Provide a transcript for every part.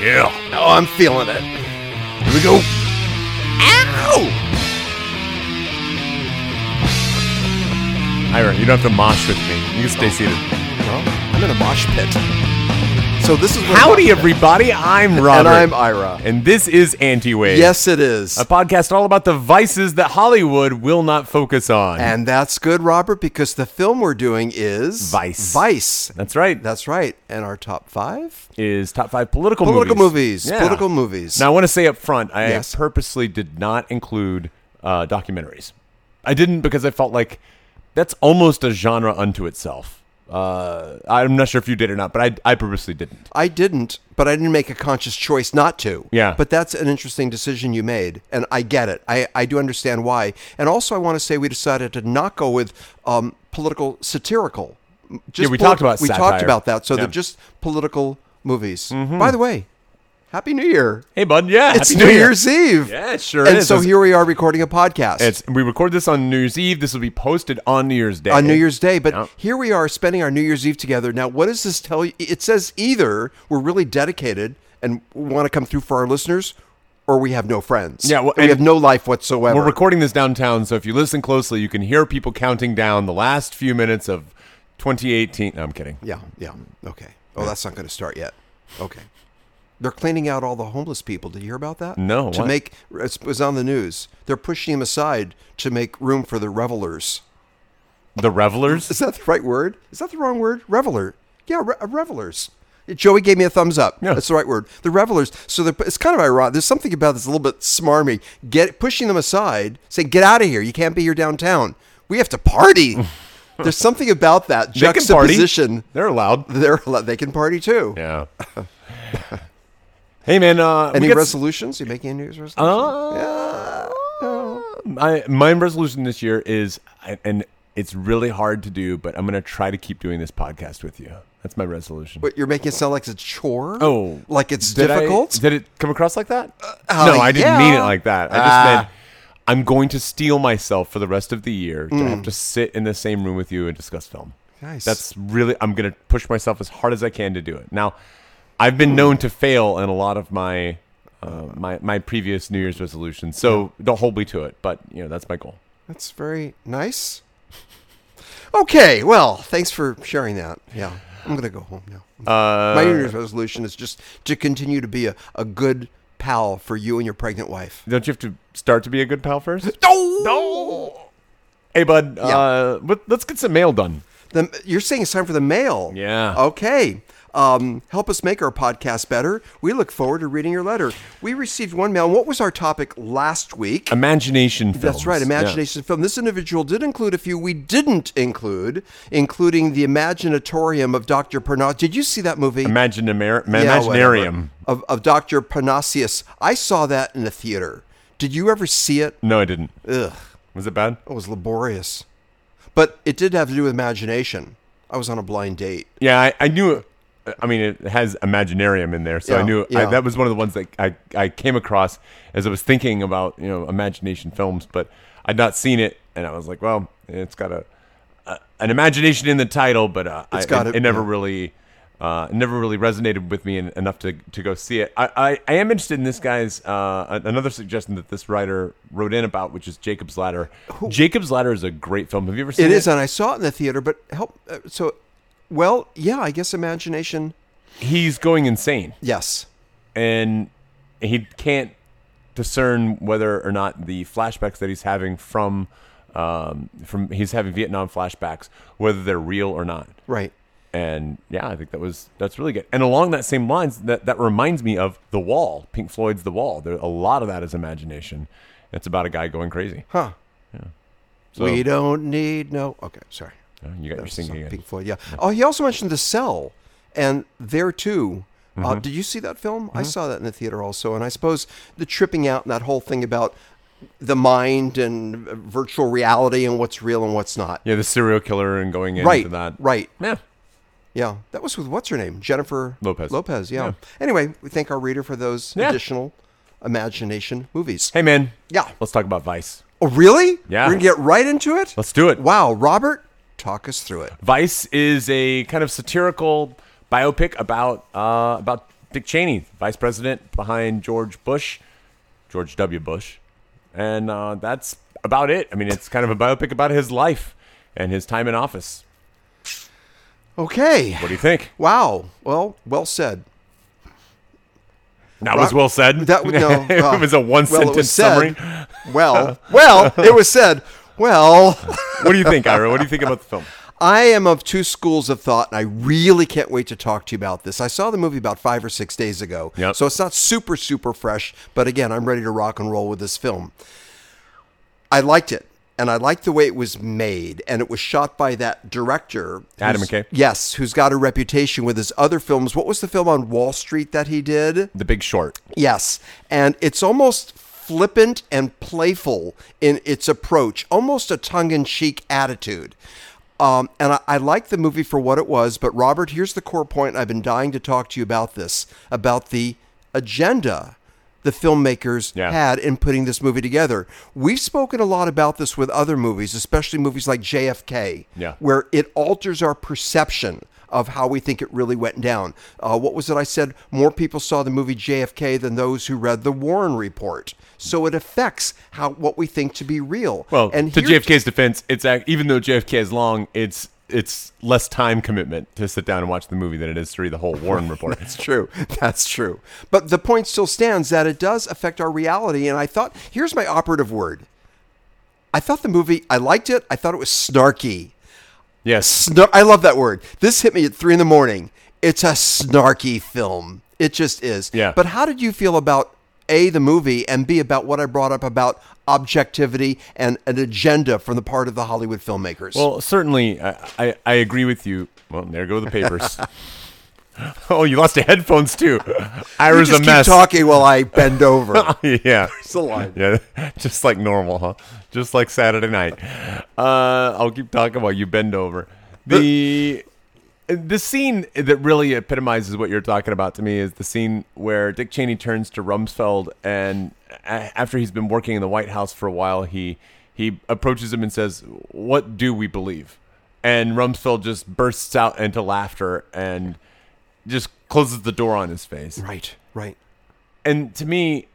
Yeah, now Oh, I'm feeling it. Here we go. Ow! Ira, you don't have to mosh with me. You can stay seated. Well, I'm in a mosh pit. So this is what Howdy, everybody. I'm and Robert. I'm Ira. And this is Anti Wave. Yes, it is. A podcast all about the vices that Hollywood will not focus on. And that's good, Robert, because the film we're doing is Vice. Vice. That's right. That That's right. And our top five is top five political, political movies. movies. Yeah. Political movies. Now, I want to say up front, I Yes. purposely did not include uh, documentaries. I didn't because I felt like that's almost a genre unto itself. Uh, I'm not sure if you did or not, but I, I purposely didn't. I didn't, but I didn't make a conscious choice not to. Yeah. But that's an interesting decision you made, and I get it. I, I do understand why. And also, I want to say we decided to not go with um, political satirical. Just Yeah, we talked about we talked satire. about that. So they're Yeah. just political movies. By the way, Happy New Year! Hey, bud. Yeah. it's Happy New Year. Year's Eve. Yeah, it sure and is. so It's- here we are recording a podcast. It's we record this on New Year's Eve. This will be posted on New Year's Day. on New Year's Day, but Yeah. here we are spending our New Year's Eve together. Now, what does this tell you? It says either we're really dedicated and want to come through for our listeners, or we have no friends. Yeah, well, we and- have no life whatsoever. We're recording this downtown, so if you listen closely, you can hear people counting down the last few minutes of 2018. No, I'm kidding. yeah, yeah, okay. Oh, that's not going to start yet. Okay, they're cleaning out all the homeless people. Did you hear about that? No, To what? make it was on the news. They're pushing them aside to make room for the revelers. The revelers. Is that the right word? Is that the wrong word? Reveler. Yeah, re- uh, revelers. Joey gave me a thumbs up. Yeah. That's the right word. The revelers. So they're, it's kind of ironic. There's something about this a little bit smarmy. Get pushing them aside, saying, "Get out of here. You can't be here downtown. We have to party." There's something about that They can party. juxtaposition. They're allowed. They're they can party too. Yeah. hey, man. Uh, we Any got s- resolutions? You making any New Year's resolutions? Uh, my my resolution this year is, and it's really hard to do, but I'm gonna try to keep doing this podcast with you. That's my resolution. But you're making it sound like it's a chore. Oh, like it's did I- difficult. did it come across like that? uh, no, I didn't mean it yeah. like that. I just Ah. meant I'm going to steal myself for the rest of the year to Mm. have to sit in the same room with you and discuss film. Nice. That's really I'm going to push myself as hard as I can to do it. Now, I've been known to fail in a lot of my uh, my my previous New Year's resolutions, so don't hold me to it. But you know that's my goal. That's very nice. Okay, well, thanks for sharing that. Yeah, I'm gonna go home now. Uh, My New Year's resolution is just to continue to be a, a good pal for you and your pregnant wife. don't you have to start to be a good pal first? No, Hey, bud. Uh, but let's get some mail done. The, you're saying it's time for the mail. Yeah. Okay. Um, help us make our podcast better. We look forward to reading your letter. We received one mail. What was our topic last week? Imagination films. That's right, Yeah. imagination film. This individual did include a few we didn't include, including the Imaginatorium of Dr. Parnas. Did you see that movie? Imaginamar- Yeah, whatever. Imaginarium. of, of Dr. Parnassius. I saw that in the theater. Did you ever see it? No, I didn't. Ugh, Was it bad? it was laborious. But it did have to do with imagination. I was on a blind date. Yeah, I, I knew. It, I mean, it has Imaginarium in there, so I Yeah, knew I, yeah. that was one of the ones that I, I came across as I was thinking about you know imagination films, but I'd not seen it, and I was like, well, it's got a, a an imagination in the title, but uh, I, got it, it, it never yeah. really. Uh, it never really resonated with me en- enough to, to go see it. I, I, I am interested in this guy's uh, an- another suggestion that this writer wrote in about, which is Jacob's Ladder. Jacob's Ladder is a great film. Have you ever seen It it? is, and I saw it in the theater, but help. Uh, so, well, yeah, I guess imagination. He's going insane. Yes. and he can't discern whether or not the flashbacks that he's having from um, from he's having Vietnam flashbacks whether they're real or not. Right. And yeah, I think that was that's really good. And along that same lines, that that reminds me of The Wall, Pink Floyd's The Wall. There a lot of that is imagination. It's about a guy going crazy. Huh. So We don't need no. Okay, sorry. Oh, you got your Some singing again. Pink Floyd, yeah. Oh, he also mentioned The Cell, and there too. Mm-hmm. Uh, did you see that film? I saw that in the theater also, and I suppose the tripping out and that whole thing about the mind and uh, virtual reality and what's real and what's not. Yeah, the serial killer and going into right, that. right. Yeah. Yeah, that was with what's her name, Jennifer Lopez. Lopez, yeah. Yeah. Anyway, we thank our reader for those Yeah. additional imagination movies. Hey man. Yeah. Let's talk about Vice. Oh, really? Yeah. We're gonna get right into it. Let's do it. Wow, Robert, talk us through it. Vice is a kind of satirical biopic about uh, about Dick Cheney, vice president behind George Bush, George W. Bush, and uh, that's about it. I mean, it's kind of a biopic about his life and his time in office. Okay. What do you think? Wow. Well, well said. That was well said. That would no. uh, it was a one well, it sentence was said. summary. Well, well, it was said. Well, What do you think, Ira? What do you think about the film? I am of two schools of thought, and I really can't wait to talk to you about this. I saw the movie about five or six days ago, Yep. so it's not super super fresh. But again, I'm ready to rock and roll with this film. I liked it, and I liked the way it was made, and it was shot by that director, Adam who's- McKay. Yes, who's got a reputation with his other films. What was the film on Wall Street that he did? The Big Short. Yes. And it's almost flippant and playful in its approach, almost a tongue in cheek attitude. Um, and I, I like the movie for what it was, but Robert, here's the core point. I've been dying to talk to you about this about the agenda the filmmakers Yeah. had in putting this movie together. We've spoken a lot about this with other movies, especially movies like JFK, Yeah. where it alters our perception of how we think it really went down. Uh, what was it I said? More people saw the movie JFK than those who read the Warren Report. So it affects how what we think to be real. Well, to here- JFK's defense, it's ac- even though JFK is long, it's it's less time commitment to sit down and watch the movie than it is to read the whole Warren report. That's true. That's true. But the point still stands that it does affect our reality. And I thought, here's my operative word. I thought the movie, I liked it. I thought it was snarky. yes, Snar- I love that word. This hit me at three in the morning. It's a snarky film. It just is. Yeah. But how did you feel about a the movie and b about what I brought up about objectivity and an agenda from the part of the Hollywood filmmakers? Well, certainly, I, I, I agree with you. Well, there go the papers. oh, you lost your headphones too. you Ira's just a mess. keep talking while I bend over. yeah. the line. Yeah, just like normal, huh? Just like Saturday night. Uh, I'll keep talking while you bend over. The the scene that really epitomizes what you're talking about to me is the scene where Dick Cheney turns to Rumsfeld and a- after he's been working in the White House for a while, he he approaches him and says, "What do we believe?" And Rumsfeld just bursts out into laughter and just closes the door on his face. right. Right. And to me,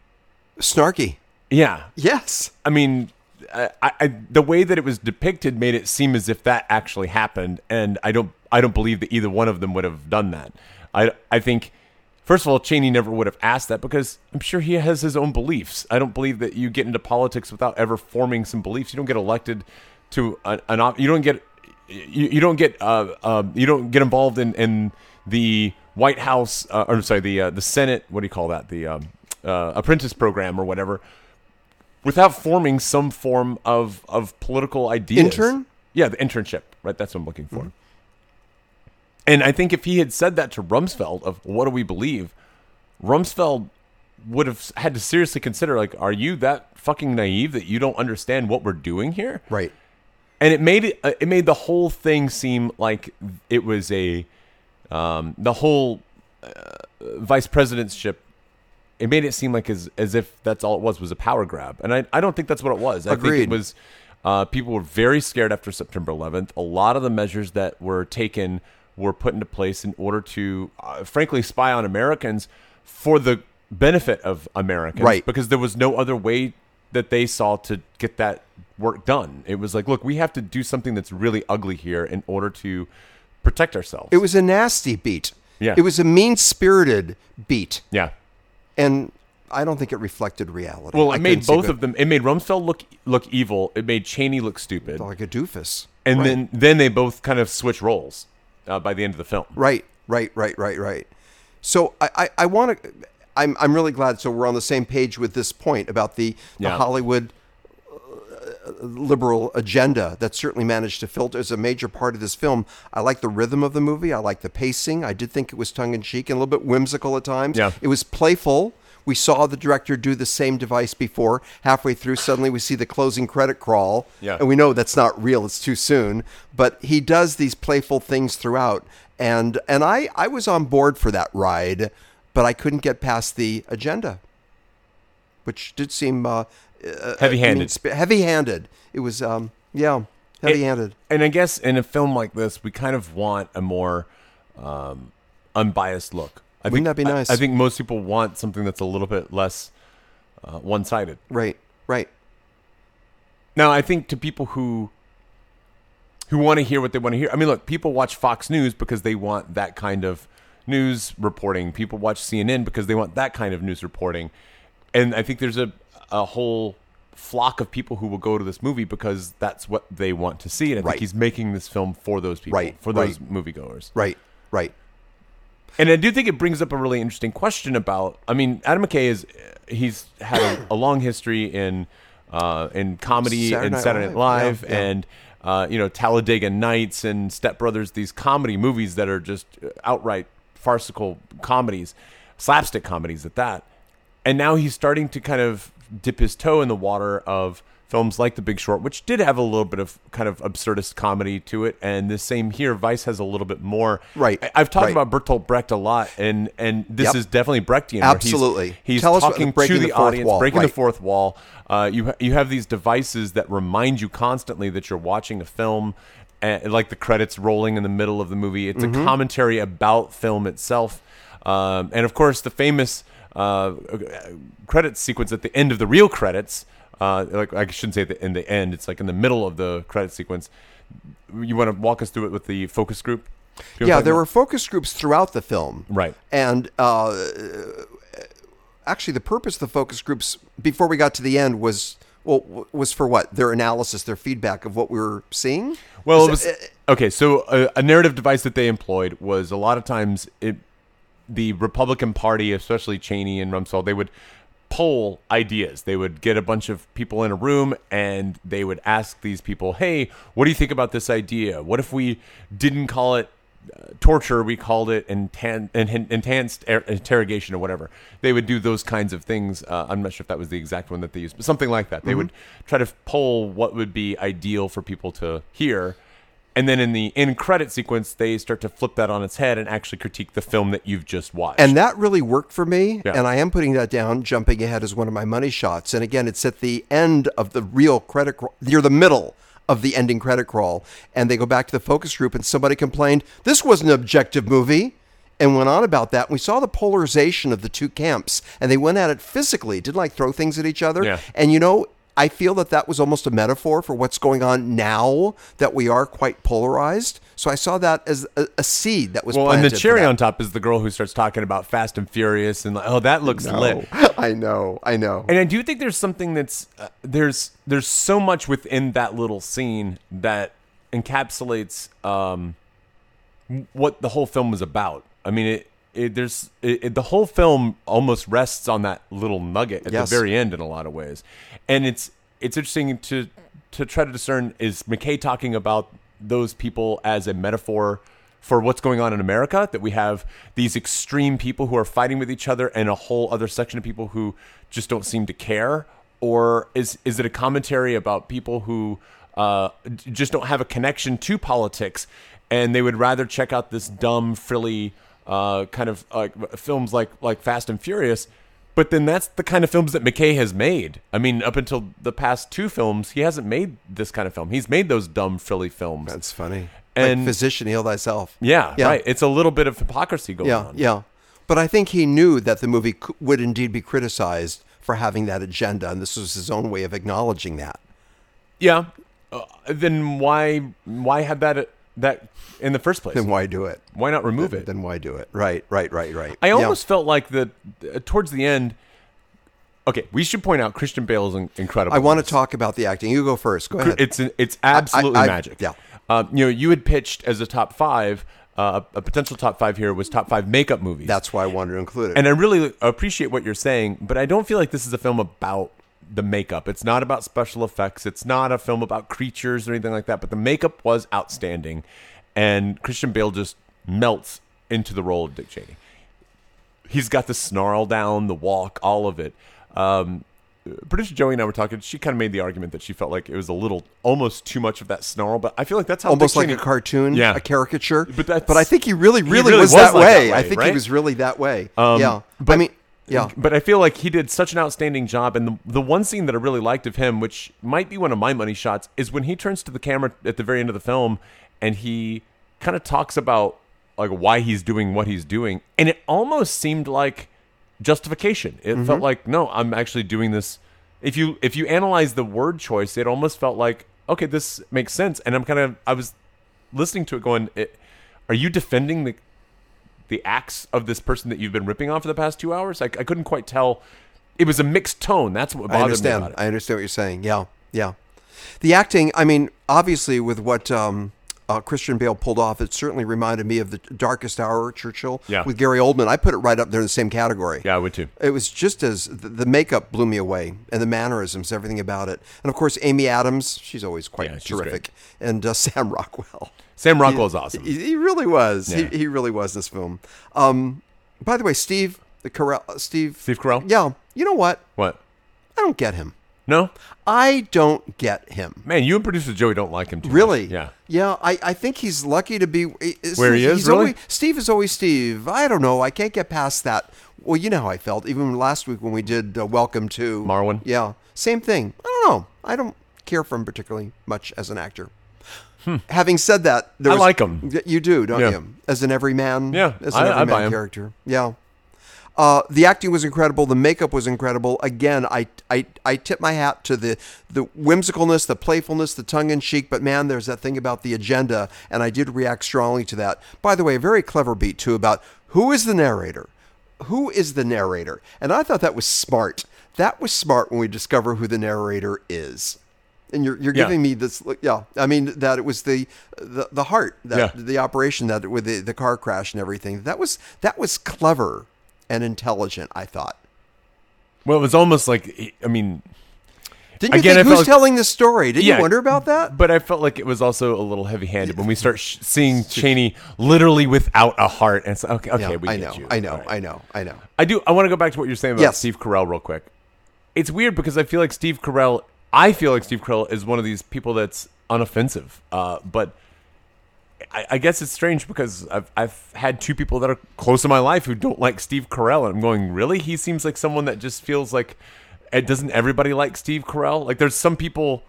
Snarky. yeah, Yes. I mean, I, I, the way that it was depicted made it seem as if that actually happened, and I don't, I don't believe that either one of them would have done that. I, I think, first of all, Cheney never would have asked that because I'm sure he has his own beliefs. I don't believe that you get into politics without ever forming some beliefs. You don't get elected to an, an op- you don't get, you, you don't get, uh, um, you don't get involved in in the White House, uh, or sorry, the uh, the Senate. What do you call that? The um, uh, apprentice program or whatever without forming some form of of political ideas. Intern? Yeah, the internship. Right, that's what I'm looking for. And I think if he had said that to Rumsfeld of what do we believe, Rumsfeld would have had to seriously consider like, are you that fucking naive that you don't understand what we're doing here? Right. and it made it, uh, it made the whole thing seem like it was a um, the whole uh, vice presidentship. It made it seem like as as if that's all it was was a power grab, and I I don't think that's what it was. I think Agreed. it was uh, people were very scared after September 11th. A lot of the measures that were taken were put into place in order to, uh, frankly, spy on Americans for the benefit of Americans, Right. Because there was no other way that they saw to get that work done. It was like, look, we have to do something that's really ugly here in order to protect ourselves. It was a nasty beat. Yeah. It was a mean spirited beat. yeah. And I don't think it reflected reality. Well, it I couldn't made see both good- of them. It made Rumsfeld look look evil. It made Cheney look stupid, like a doofus. and Right. then then they both kind of switch roles uh, by the end of the film. Right, right, right, right, right. So I, I, I want to. I'm, I'm really glad. So we're on the same page with this point about the, the Yeah. Hollywood uh, liberal agenda that certainly managed to filter as a major part of this film. I like the rhythm of the movie. I like the pacing. I did think it was tongue in cheek and a little bit whimsical at times. Yeah. It was playful. We saw the director do the same device before. Halfway through, suddenly we see the closing credit crawl. Yeah. And we know that's not real, it's too soon. But he does these playful things throughout. And and I, I was on board for that ride, but I couldn't get past the agenda, which did seem uh, Heavy-handed. heavy handed. It was, um, yeah, heavy handed. and I guess in a film like this, we kind of want a more um, unbiased look. I Wouldn't that be I- nice? I, think most people want something that's a little bit less uh, one-sided. Right, right. Now, I think to people who who want to hear what they want to hear. I mean, look, people watch Fox News because they want that kind of news reporting. People watch CNN because they want that kind of news reporting. And I think there's a a whole flock of people who will go to this movie because that's what they want to see. And I Right. think he's making this film for those people, Right, for those right. moviegoers. Right, right. And I do think it brings up a really interesting question about. I mean, Adam McKay is he's had a, a long history in uh, in comedy Saturday and Night Saturday Night Live, Live, yeah, yeah. and uh, you know Talladega Nights and Step Brothers, these comedy movies that are just uh, outright farcical comedies, slapstick comedies at that. And now he's starting to kind of dip his toe in the water of films like The Big Short, which did have a little bit of kind of absurdist comedy to it, and the same here. Vice has a little bit more. Right, I- I've talked right. about Bertolt Brecht a lot, and and this Yep. is definitely Brechtian. where he's- Absolutely. he's, Tell us what- talking breaking to the the, fourth audience, wall, breaking right. the fourth wall. Uh, you ha- you have these devices that remind you constantly that you're watching a film, uh, like the credits rolling in the middle of the movie. It's Mm-hmm. a commentary about film itself, um, and of course the famous uh, credit sequence at the end of the real credits. Uh, like I shouldn't say at the, in the end. It's like in the middle of the credit sequence. You want to walk us through it with the focus group? Do you know what Yeah, I'm there talking were focus groups throughout the film. Right. And uh, actually, the purpose of the focus groups before we got to the end was well w- was for what their analysis, their feedback of what we were seeing. Well, it Is eh, was that- okay. So uh, a, a narrative device that they employed was a lot of times it, the Republican Party, especially Cheney and Rumsfeld, they would poll ideas. They would get a bunch of people in a room and they would ask these people, "Hey, what do you think about this idea? What if we didn't call it?" uh, torture we called it intan- en- en- enhanced er- interrogation or whatever they would do those kinds of things uh, i'm not sure if that was the exact one that they used but something like that they would try to poll what would be ideal for people to hear and then in the end credit sequence they start to flip that on its head and actually critique the film that you've just watched And that really worked for me. Yeah. And I am putting that down, jumping ahead as one of my money shots. And again, it's at the end of the real credit crawl, near the middle of the ending credit crawl. And they go back to the focus group, and somebody complained, This was an objective movie. And went on about that. We saw the polarization of the two camps, and they went at it physically, didn't like throw things at each other. Yeah. And you know, I feel that that was almost a metaphor for what's going on now that we are quite polarized. So I saw that as a, a seed that was well planted. and the for cherry that. on top is the girl who starts talking about fast and furious and like oh that looks lit Oh, I know, I know. And I do think there's something that's uh, there's there's so much within that little scene that encapsulates um, what the whole film was about. I mean, it, it there's it, it- the whole film almost rests on that little nugget at Yes. the very end in a lot of ways, and it's it's interesting to to try to discern is McKay talking about those people as a metaphor for what's going on in America that we have these extreme people who are fighting with each other and a whole other section of people who just don't seem to care or is is it a commentary about people who uh, d- just don't have a connection to politics and they would rather check out this dumb frilly uh, kind of uh, films like like Fast and Furious. But then that's the kind of films that McKay has made. I mean, up until the past two films, he hasn't made this kind of film. He's made those dumb frilly films. That's funny. like And- physician heal thyself. yeah, yeah, right. It's a little bit of hypocrisy going yeah, on. yeah. But I think he knew that the movie c- would indeed be criticized for having that agenda, and this was his own way of acknowledging that. Yeah. Uh, then why why have that that in the first place? Then why do it? why not remove it? Then why do it? Right, right, right, right. I Yeah. almost felt like the uh, towards the end. Okay, we should point out Christian Bale is in- incredible. I want to talk about the acting. You go first. Go ahead. It's it's absolutely I- I- magic. yeah. Um, you know, you had pitched as a top five, uh, a potential top five here was top five makeup movies. That's why I wanted to include it. and I really appreciate what you're saying, but I don't feel like this is a film about the makeup. It's not about special effects. It's not a film about creatures or anything like that. But the makeup was outstanding, and Christian Bale just melts into the role of Dick Cheney. He's got the snarl down, the walk, all of it. Um, producer Joey and I were talking. She kind of made the argument that she felt like it was a little, almost too much of that snarl. But I feel like that's how almost Dick like a Cheney, cartoon, Yeah. a caricature. But that's- I think he really, really, really was, was that, like that way. way, I think he right? Um, was really that way. yeah. I but- mean, yeah. But I feel like he did such an outstanding job. And the, the one scene that I really liked of him, which might be one of my money shots, is when he turns to the camera at the very end of the film and he kind of talks about like why he's doing what he's doing, and it almost seemed like justification. It felt like no, I'm actually doing this. If you if you analyze the word choice, it almost felt like okay, this makes sense. And I'm kind of I was listening to it going, it, are you defending the the acts of this person that you've been ripping on for the past two hours? I, I couldn't quite tell. It was a mixed tone. That's what bothered me I about understand. it. I understand what you're saying. Yeah, yeah. The acting, I mean, obviously, with what um, uh, Christian Bale pulled off, it certainly reminded me of the Darkest Hour, Churchill, Yeah. with Gary Oldman. I put it right up there in the same category. yeah, I would too. It was just as the, the makeup blew me away, and the mannerisms, everything about it, and of course Amy Adams. She's always quite Yeah, she's terrific, and uh, Sam Rockwell. Sam Rockwell's awesome. He, he really was. Yeah. He, he really was in this film. Um, by the way, Steve the Carell, uh, Steve, Steve Carell. Yeah, you know what? What? I don't get him. No, I don't get him. man. You and producer Joey don't like him too. much. Really? Yeah. Yeah, I, I think he's lucky to be isn't Where he is, he's really? always- Steve is always Steve. I don't know. I can't get past that. Well, you know how I felt even last week when we did uh, Welcome to Marwan. Yeah, same thing. I don't know. I don't care for him particularly much as an actor. Having said that, there Hmm. I was- like him. Y- You do, don't Yeah. you? As an everyman. Yeah, As an I- I everyman buy him. character. Yeah. Uh, the acting was incredible. The makeup was incredible. Again, I, I I tip my hat to the the whimsicalness, the playfulness, the tongue in cheek. But man, there's that thing about the agenda, and I did react strongly to that. By the way, a very clever beat too about who is the narrator, who is the narrator, and I thought that was smart. That was smart when we discover who the narrator is. And you're, you're Yeah. giving me this, look- yeah. I mean that it was the the, the heart, that, Yeah. the operation that with the, the car crash and everything. That was that was clever and intelligent. I thought. Well, it was almost like I mean, Didn't you Again, I think who's felt- telling the story? Didn't Yeah. you wonder about that? but I felt like it was also a little heavy-handed when we start sh- seeing Cheney literally without a heart. And it's like, okay, okay, Yeah, we I get know, you. I know, All right. I know, I know. I do. I want to go back to what you're saying about Yes. Steve Carell real quick. It's weird because I feel like Steve Carell. I feel like Steve Carell is one of these people that's unoffensive, uh, but I, I guess it's strange because I've I've had two people that are close to my life who don't like Steve Carell, and I'm going, really? He seems like someone that just feels like it doesn't everybody like Steve Carell? Like there's some people.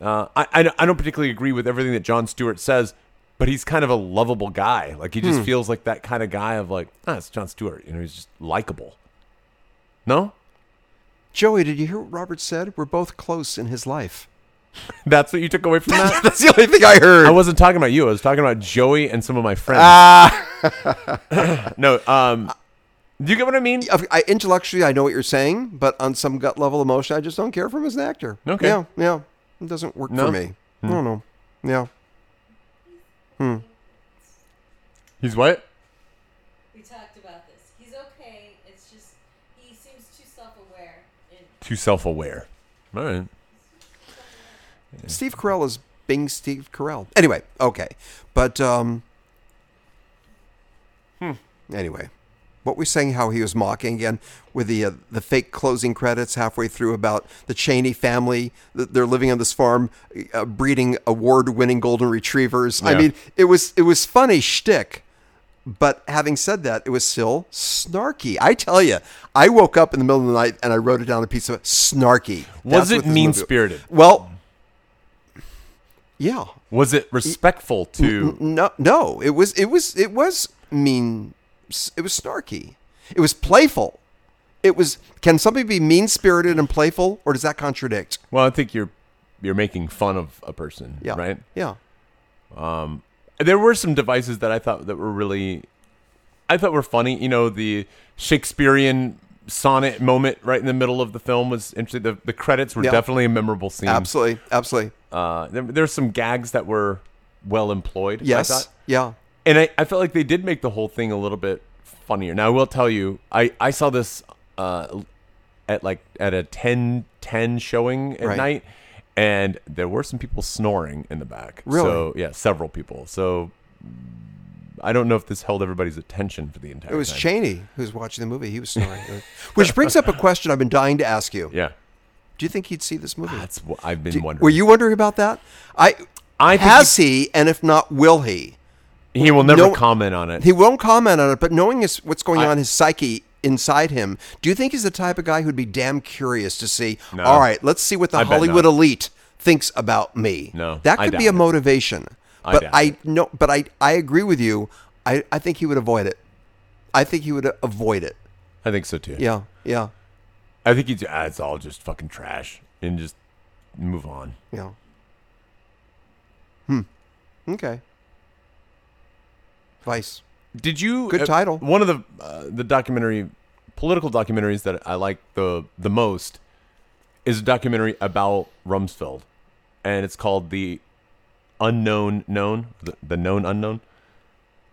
Uh, I, I don't- I don't particularly agree with everything that John Stewart says, but he's kind of a lovable guy. Like he just feels like that kind of guy of like, ah, it's John Stewart. You know, he's just likable. No, Joey, did you hear what Robert said? We're both close in his life. that's what you took away from that. That's the only thing I heard. Uh, I wasn't talking about you. I was talking about Joey and some of my friends. Ah. Ah. no, um, do you get what I mean? I- I, intellectually, I know what you're saying, but on some gut level emotion, I just don't care for him as an actor. Okay. Yeah, yeah. It doesn't work No? Hmm. for me. I don't know. Yeah. He's what? We talked about this. He's okay. It's just he seems too self-aware. And Too self-aware. All right. Steve Carell is Bing Steve Carell. Anyway, okay. But um hmm. anyway, what we're saying how he was mocking again with the uh, the fake closing credits halfway through about the Cheney family that they're living on this farm uh, breeding award-winning golden retrievers. I Yeah. mean, it was it was funny shtick. But having said that, it was still snarky. I tell you, I woke up in the middle of the night and I wrote it down on a piece of snarky. Was That's what it this movie- mean-spirited? Well, yeah. Was it respectful to? No, no. It was. It was. It was mean. It was snarky. It was playful. It was. Can somebody be mean spirited and playful, or does that contradict? Well, I think you're you're making fun of a person, Yeah. right? Yeah. There were some devices that I thought that were really, I thought were funny. You know, the Shakespearean sonnet moment right in the middle of the film was interesting. The, the credits were Yeah. definitely a memorable scene. Absolutely. Absolutely. Uh, there, there were some gags that were well employed. I Yes. thought. Yeah. and I, I felt like they did make the whole thing a little bit funnier. Now I will tell you, I, I saw this uh, at like at a 10 10 showing at Right. night, and there were some people snoring in the back. Really? So yeah, several people. So I don't know if this held everybody's attention for the entire. It was time. Cheney who was watching the movie. He was snoring, which brings up a question I've been dying to ask you. Yeah, Do you think he'd see this movie? that's what I've been Ah, wondering. Were you wondering about that? I. I think has he, and if not, will he? he will never No- comment on it. He won't comment on it, but knowing his, what's going I- on in his psyche inside him, do you think he's the type of guy who'd be damn curious to see? All right, let's see what the I bet Hollywood not. elite thinks about me. No, that I could be doubt a it. motivation. I But doubt I it. no, but I I agree with you. I, I think he would avoid it. I think he would avoid it. I think so too. Yeah, yeah, I think he's ah, it's all just fucking trash and just move on. yeah. Hmm. Okay. Vice. Did you Good uh, title. One of the uh, the documentary political documentaries that I like the the most is a documentary about Rumsfeld, and it's called the unknown known the, the known unknown.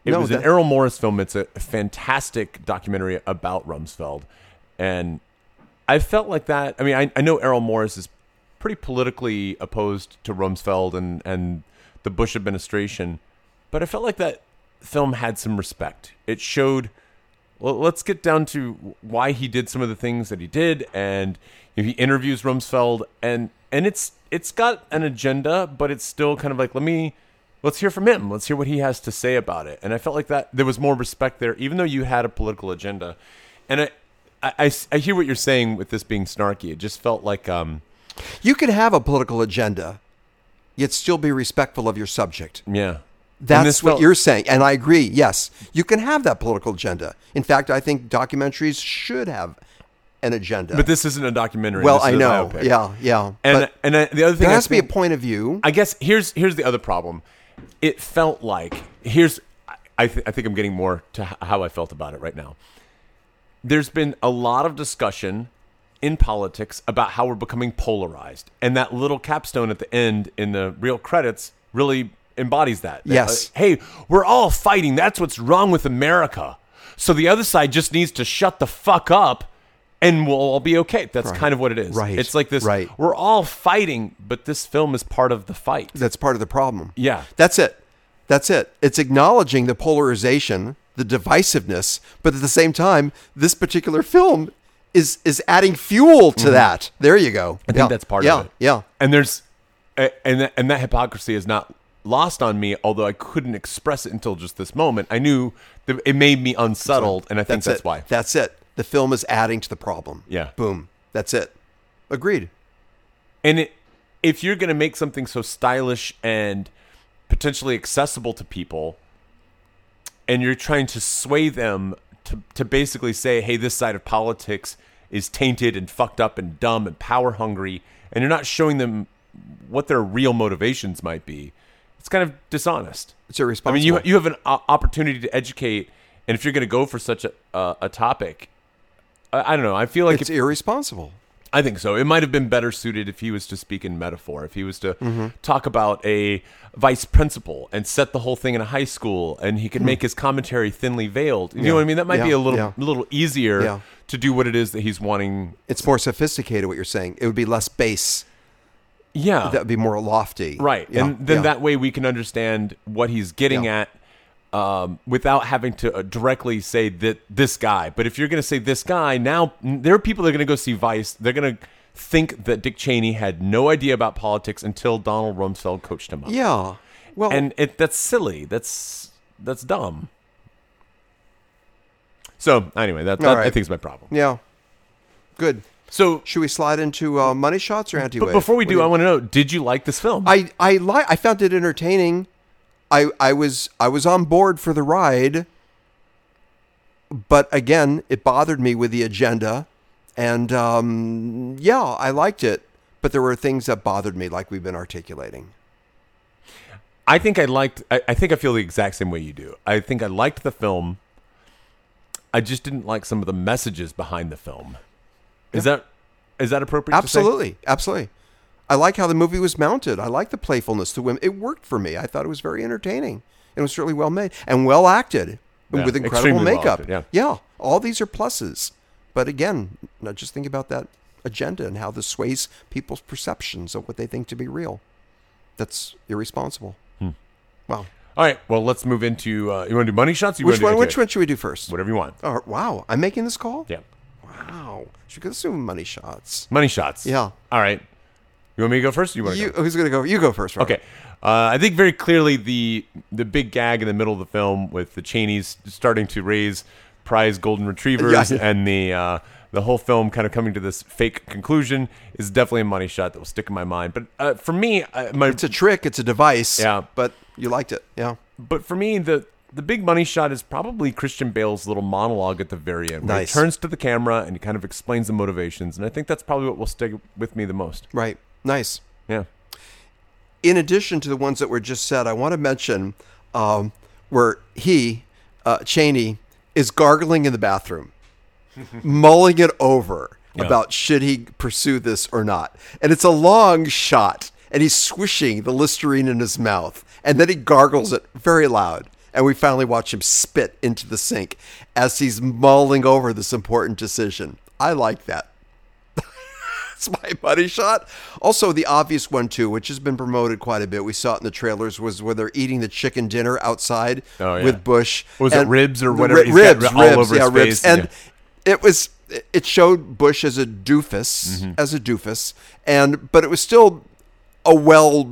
It No, was an that- Errol Morris film. It's a fantastic documentary about Rumsfeld, and I felt like that. I mean, I, I know Errol Morris is pretty politically opposed to Rumsfeld and, and the Bush administration, but I felt like that film had some respect. It showed, well, let's get down to why he did some of the things that he did, and you know, he interviews Rumsfeld, and and it's it's got an agenda, but it's still kind of like let me let's hear from him, let's hear what he has to say about it, and I felt like that there was more respect there, even though you had a political agenda, and I. I, I s- I hear what you're saying with this being snarky. It just felt like um, You could have a political agenda, yet still be respectful of your subject. Yeah. And That's this what felt- you're saying, and I agree. Yes, you can have that political agenda. In fact, I think documentaries should have an agenda. But this isn't a documentary. well, this I is a know. biopic. Yeah, yeah. And but and I, the other thing there I has to be a think- point of view. I guess here's here's the other problem. It felt like here's I- I th- I think I'm getting more to h- how I felt about it right now. There's been a lot of discussion in politics about how we're becoming polarized, and that little capstone at the end in the real credits really embodies that. That, Yes. uh, hey, we're all fighting. That's what's wrong with America. So the other side just needs to shut the fuck up, and we'll all be okay. That's kind of what it is. Right. It's like this. Right. We're all fighting, but this film is part of the fight. That's part of the problem. Yeah. That's it. That's it. It's acknowledging the polarization, the divisiveness, but at the same time, this particular film is is adding fuel to that. There you go. Mm-hmm. I think that's part yeah, of it. Yeah. And there's a- and that, and that hypocrisy is not lost on me, although I couldn't express it until just this moment. I knew that it made me unsettled, and I think that's it. why. That's it. The film is adding to the problem. Yeah. Boom. That's it. Agreed. And it, if you're going to make something so stylish and potentially accessible to people, and you're trying to sway them to, to basically say, hey, this side of politics is tainted and fucked up and dumb and power hungry, and you're not showing them what their real motivations might be, it's kind of dishonest. It's I irresponsible. mean, you, you have an o- opportunity to educate, and if you're going to go for such a, uh, a topic, I, I don't know. I feel like if- it's irresponsible. I think so. It might have been better suited if he was to speak in metaphor, if he was to Mm-hmm. talk about a vice principal and set the whole thing in a high school, and he could make his commentary thinly veiled. You know what I mean? That might be Hmm. Yeah, a little yeah. little easier Yeah. to do what it is that he's wanting. It's more sophisticated what you're saying. It would be less base. Yeah, That would be more lofty. right. Yeah, And then yeah. that way we can understand what he's getting Yeah. at um, without having to uh, directly say that this guy. But if you're going to say this guy, now n- there are people that are going to go see Vice. They're going to think that Dick Cheney had no idea about politics until Donald Rumsfeld coached him up. Yeah. Well, and it that's silly. That's that's dumb. So anyway, that, that All right. I think is my problem. yeah. Good. So Should we slide into uh, money shots or anti but before we do, I want to know: Did you like this film? I I li- I found it entertaining. I I was I was on board for the ride, but again, it bothered me with the agenda, and um, yeah, I liked it, but there were things that bothered me, like we've been articulating. I think I liked. I, I think I feel the exact same way you do. I think I liked the film. I just didn't like some of the messages behind the film. Is that is that appropriate? to say? Absolutely, absolutely. I like how the movie was mounted. I like the playfulness, the whim. It worked for me. I thought it was very entertaining. It was certainly well made and well acted Yeah, with incredible extremely well makeup. acted, yeah. all these are pluses. But again, now just think about that agenda and how this sways people's perceptions of what they think to be real. That's irresponsible. Hmm. Wow. All right. Well, let's move into. Uh, you want to do money shots? You Which wanna one? do Which anti- one should we do first? Whatever you want. Oh, wow, I'm making this call. Yeah. Wow. Should we assume money shots? Money shots. Yeah. All right. You want me to go first? Or you want to You, go? who's gonna go? You go first. Robert. Okay. Uh, I think very clearly the the big gag in the middle of the film with the Cheneys starting to raise prize golden retrievers Yeah. and the uh, the whole film kind of coming to this fake conclusion is definitely a money shot that will stick in my mind. But uh, for me, uh, my It's a trick. It's a device. Yeah. But you liked it. Yeah. but for me the the big money shot is probably Christian Bale's little monologue at the very end. Where Nice. He turns to the camera and he kind of explains the motivations, and I think that's probably what will stick with me the most. Right. Nice. Yeah. in addition to the ones that were just said, I want to mention um, where he, uh, Cheney, is gargling in the bathroom, mulling it over about should he pursue this or not. And it's a long shot, and he's swishing the Listerine in his mouth, and then he gargles it very loud. And we finally watch him spit into the sink as he's mulling over this important decision. I like that. That's my money shot. Also, the obvious one too, which has been promoted quite a bit. We saw it in the trailers. Was where they're eating the chicken dinner outside Oh, yeah. with Bush. Was it And ribs or the whatever he's got ribs, all ribs, over yeah, his ribs. face? And it was it showed Bush as a doofus, Mm-hmm. as a doofus, and but it was still a well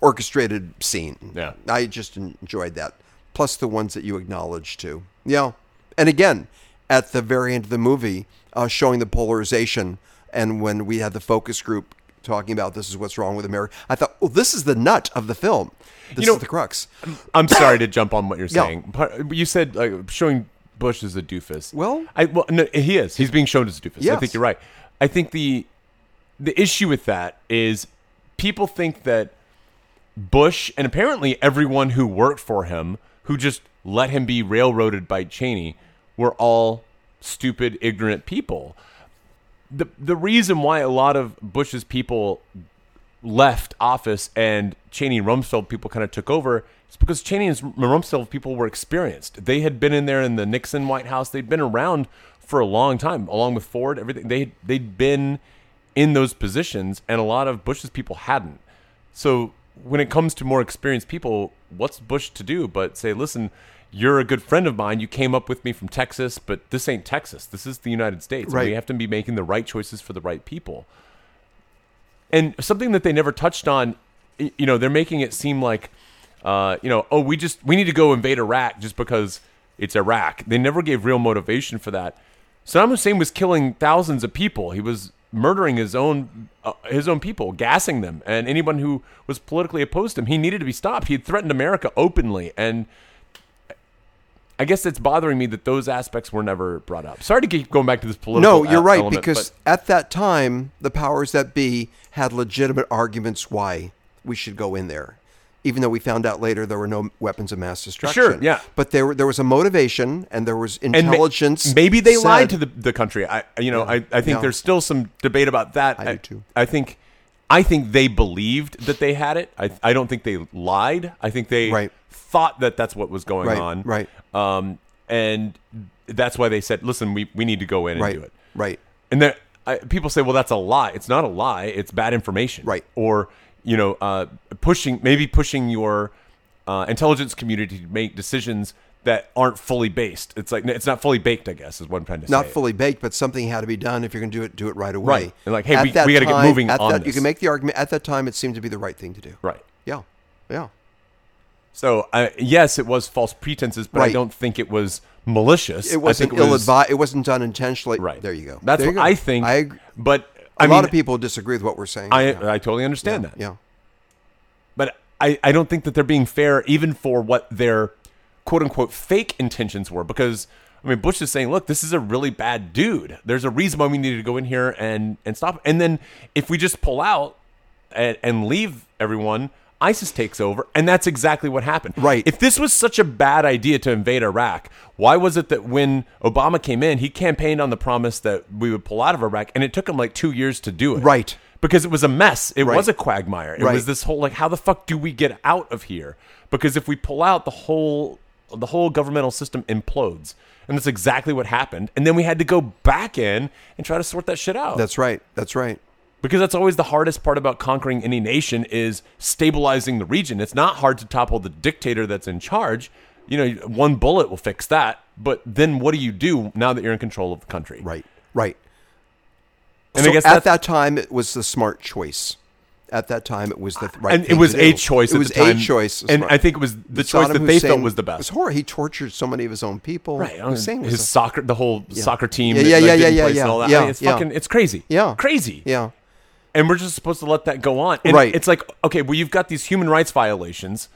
orchestrated scene. Yeah. I just en- enjoyed that. Plus the ones that you acknowledged too. Yeah. And again, at the very end of the movie, uh, showing the polarization and when we had the focus group talking about this is what's wrong with America, I thought, well, this is the nut of the film. This know- is the crux. I'm sorry to jump on what you're Yeah. saying. Part- You said like, showing Bush as a doofus. Well- I, well, no, he is. He's being shown as a doofus. I Yes. think you're right. I think the the issue with that is people think that Bush and apparently everyone who worked for him, who just let him be railroaded by Cheney, were all stupid, ignorant people. The the reason why a lot of Bush's people left office and Cheney and Rumsfeld people kind of took over, it's because Cheney and Rumsfeld people were experienced. They had been in there in the Nixon White House. They'd been around for a long time, along with Ford, everything. They they'd been in those positions, and a lot of Bush's people hadn't. So when it comes to more experienced people, what's Bush to do but say, listen. You're a good friend of mine. You came up with me from Texas, but this ain't Texas. This is the United States. and Right. we have to be making the right choices for the right people and something that they never touched on y- you know they're making it seem like uh, you know oh we just we need to go invade iraq just because it's iraq they never gave real motivation for that saddam hussein was killing thousands of people he was murdering his own uh, his own people gassing them and anyone who was politically opposed to him he needed to be stopped he had threatened america openly and I guess it's bothering me that those aspects were never brought up. Sorry to keep going back to this political. No, you're e- right element, because but- at that time the powers that be had legitimate arguments why we should go in there, even though we found out later there were no weapons of mass destruction. yeah. but there were- there was a motivation and there was and ma- intelligence. maybe they said- lied to the, the country. I you know I, I think Yeah. there's still some debate about that. I do too. I think I think they believed that they had it. I I don't think they lied. I think they Right. thought that that's what was going Right, on. right. Um, and that's why they said, "Listen, we we need to go in and right, do it." right, And there, I, people say, "Well, that's a lie." It's not a lie. It's bad information, Right. Or you know, uh, pushing maybe pushing your uh, intelligence community to make decisions that aren't fully based. It's like it's not fully baked. I guess is what I'm trying to not say. fully baked, but something had to be done. If you're going to do it, do it right away. Right. And like, hey, At we- that we gotta get time- moving at on that- You this. can make the argument at that time. It seemed to be the right thing to do. right. Yeah, yeah. So uh, yes, it was false pretenses, but I Right. don't think it was malicious. It wasn't I think ill it was, advised. It wasn't done intentionally. Right there, you go. That's There you what go. I think. I ag- but A I lot mean, of people disagree with what we're saying. I uh, yeah. I totally understand that. yeah. but I, I don't think that they're being fair even for what their quote unquote fake intentions were because I mean Bush is saying, look, this is a really bad dude. There's a reason why we needed to go in here and and stop. And then if we just pull out and, and leave everyone, ISIS takes over, and that's exactly what happened. Right. If this was such a bad idea to invade Iraq, why was it that when Obama came in, he campaigned on the promise that we would pull out of Iraq, and it took him like two years to do it? Right. Because it was a mess. It was a quagmire. It Right. was this whole like, how the fuck do we get out of here? Because if we pull out, the whole the whole governmental system implodes, and that's exactly what happened. And then we had to go back in and try to sort that shit out. That's right. That's right. because that's always the hardest part about conquering any nation is stabilizing the region. It's not hard to topple the dictator that's in charge. You know, one bullet will fix that. But then what do you do now that you're in control of the country? Right. Right. And so I guess that's, at that time, it was the smart choice. At that time, it was the th- right. and it thing was to a do. choice. It at was the time, a choice. and I think it was the choice that they felt was the best. It was horrible. He tortured so many of his own people. Right. I mean, Hussein was his a- soccer, the whole soccer team. Yeah, that, yeah, like, yeah, didn't yeah, place yeah, and all that. I yeah, mean, it's yeah. fucking, it's crazy. Yeah. Crazy. yeah. And we're just supposed to let that go on. And Right. It's like, okay, well, you've got these human rights violations.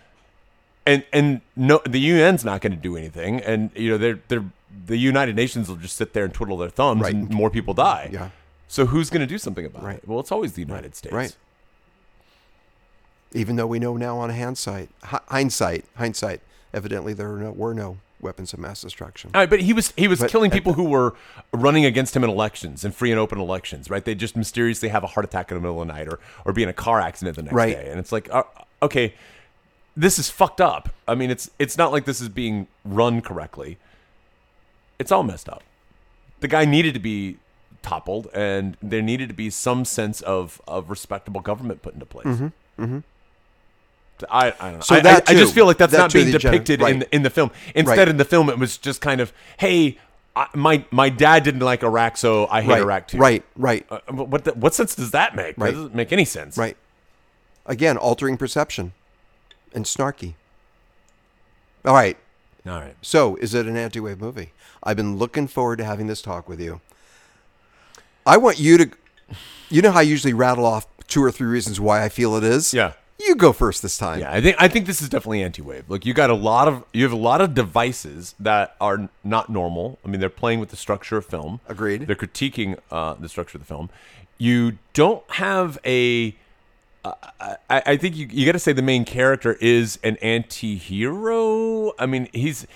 and and no, the UN's not going to do anything, and you know they're they're the United Nations will just sit there and twiddle their thumbs, Right. and more people die. Yeah. So who's going to do something about Right. it? Well, it's always the United States. Right. Even though we know now on hindsight, hi- hindsight, hindsight, evidently there were no, were no weapons of mass destruction. All right, but he was he was But killing people who were running against him in elections and free and open elections, right? They just mysteriously have a heart attack in the middle of the night or or be in a car accident the next Right. day, and it's like, uh, okay, this is fucked up. I mean, it's it's not like this is being run correctly. It's all messed up. The guy needed to be toppled, and there needed to be some sense of of respectable government put into place. I, I don't know. Mm-hmm. So I, that I, I too- just feel like that's that not too, being the gener- depicted right. in the, in the film. Instead, Right. in the film, it was just kind of, hey, I, my my dad didn't like Iraq, so I hate right, Iraq too. right, right, Uh, but what the, what sense does that make? Right. That doesn't make any sense. right. Again, altering perception and snarky. All right. All right. So, is it an anti wave movie? I've been looking forward to having this talk with you. I want you to, you know how I usually rattle off two or three reasons why I feel it is? Yeah. You go first this time. Yeah, I think I think this is definitely anti-wave. Look, you got a lot of you have a lot of devices that are not normal. I mean, they're playing with the structure of film. Agreed. They're critiquing uh, the structure of the film. You don't have a. Uh, I, I think you you got to say the main character is an anti-hero. I mean, he's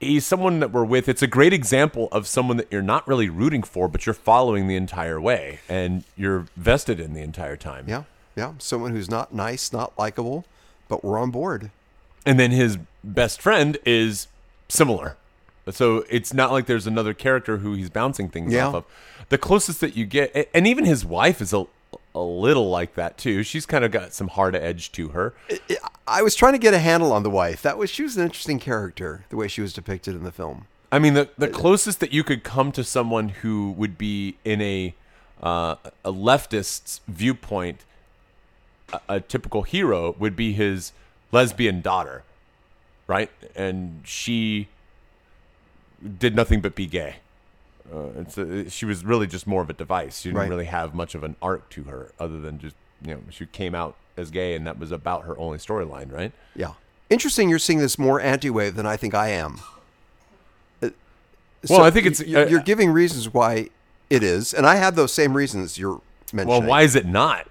he's someone that we're with. It's a great example of someone that you're not really rooting for, but you're following the entire way, and you're vested in the entire time. Yeah. Yeah. Someone who's not nice, not likable, but we're on board. and then his best friend is similar. So it's not like there's another character who he's bouncing things Yeah. off of. The closest that you get, a- and even his wife is a a little like that too. She's kind of got some hard edge to her. I was trying to get a handle on the wife. That was she was an interesting character, the way she was depicted in the film. I mean, the the closest that you could come to someone who would be in a uh, a leftist's viewpoint, a, a typical hero would be his lesbian daughter, right? And she did nothing but be gay. Uh, it's a, she was really just more of a device. She didn't Right. really have much of an arc to her, other than just you know she came out as gay, and that was about her only storyline, right? Yeah. Interesting you're seeing this more anti wave than I think I am. Uh, Well, I think it's- you- you're uh, giving reasons why it is, and I have those same reasons you're mentioning. Well, why is it not?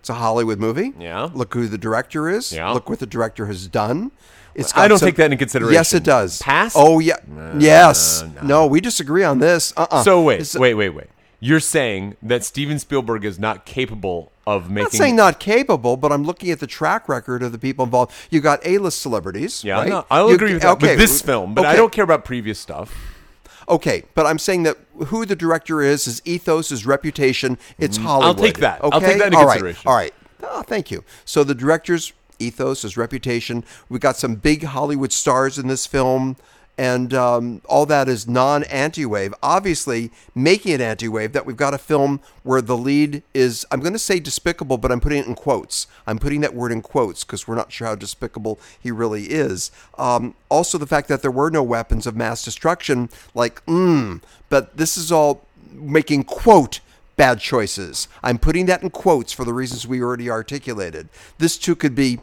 It's a Hollywood movie. Yeah. Look who the director is. Yeah. Look what the director has done. It's I got don't take that into consideration. Yes, it does. Past? Uh, Oh yeah. yes. No. we disagree on this. Uh. uh So wait, It's- wait, wait, wait. You're saying that Steven Spielberg is not capable of making I'm not saying not capable, but I'm looking at the track record of the people involved. You got A-list celebrities. Yeah, right? no, I'll You- agree with that. okay, with this w- film, but I okay, don't care about previous stuff. Okay, but I'm saying that who the director is, his ethos, his reputation, it's Hollywood. take that. Okay? Mm-hmm. I'll take that into All right, consideration. All right. Oh, thank you. So the director's ethos, his reputation. We got some big Hollywood stars in this film, and um, all that is non-anti-wave. Obviously, making it anti-wave that we've got a film where the lead is. I'm going to say despicable, but I'm putting it in quotes. I'm putting that word in quotes because we're not sure how despicable he really is. Um, also, the fact that there were no weapons of mass destruction, like, mm, but this is all making quote bad choices. I'm putting that in quotes for the reasons we already articulated. This too could be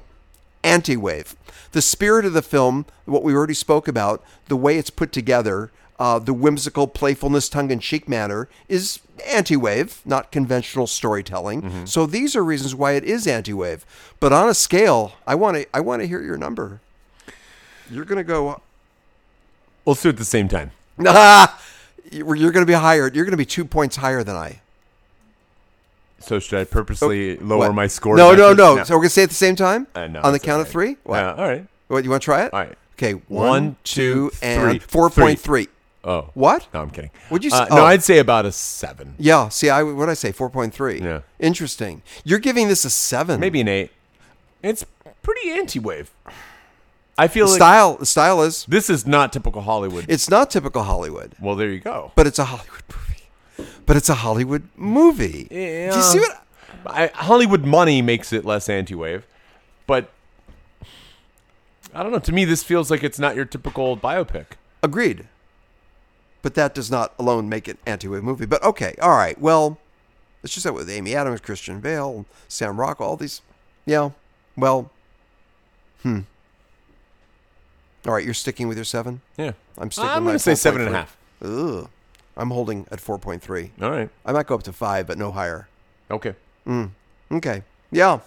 anti wave. The spirit of the film, what we already spoke about, the way it's put together, uh, the whimsical playfulness, tongue in cheek manner is anti wave, not conventional storytelling. So these are reasons why it is anti wave. But on a scale, I want to I want to hear your number. You're going to go Let's do it at the same time. ah, you're going to be higher. You're going to be 2 points higher than I. So should I purposely lower What? my score? No, by no, fif- no, So we're gonna say it at the same time. Uh, no, on the that's count all of right. three. What? Yeah, all right. What? You want to try it? All right. Okay. One, One, two, two, and three. four point three. Three. Oh, What? No, I'm kidding. What'd you Uh, say- oh. No, I'd say about a seven, Yeah. See, I what I say? Four point three. Yeah. Interesting. You're giving this a seven. maybe an eight. It's pretty anti-wave. I feel the like style. The style is. this is not typical Hollywood. It's not typical Hollywood, well, there you go. but it's a Hollywood movie. But it's a Hollywood movie. Do you Yeah. see what? I, Hollywood money makes it less anti-wave, but I don't know. To me, this feels like it's not your typical biopic. Agreed. But that does not alone make it anti-wave movie. But okay, all right. Well, it's just that with Amy Adams, Christian Bale, Sam Rockwell, all these. Yeah. Well. Hmm. All right, you're sticking with your seven. Yeah. I'm sticking. I'm going to say seven and a half. Ugh. I'm holding at four point three. All right. I might go up to five, but no higher. Okay. Okay. Yeah.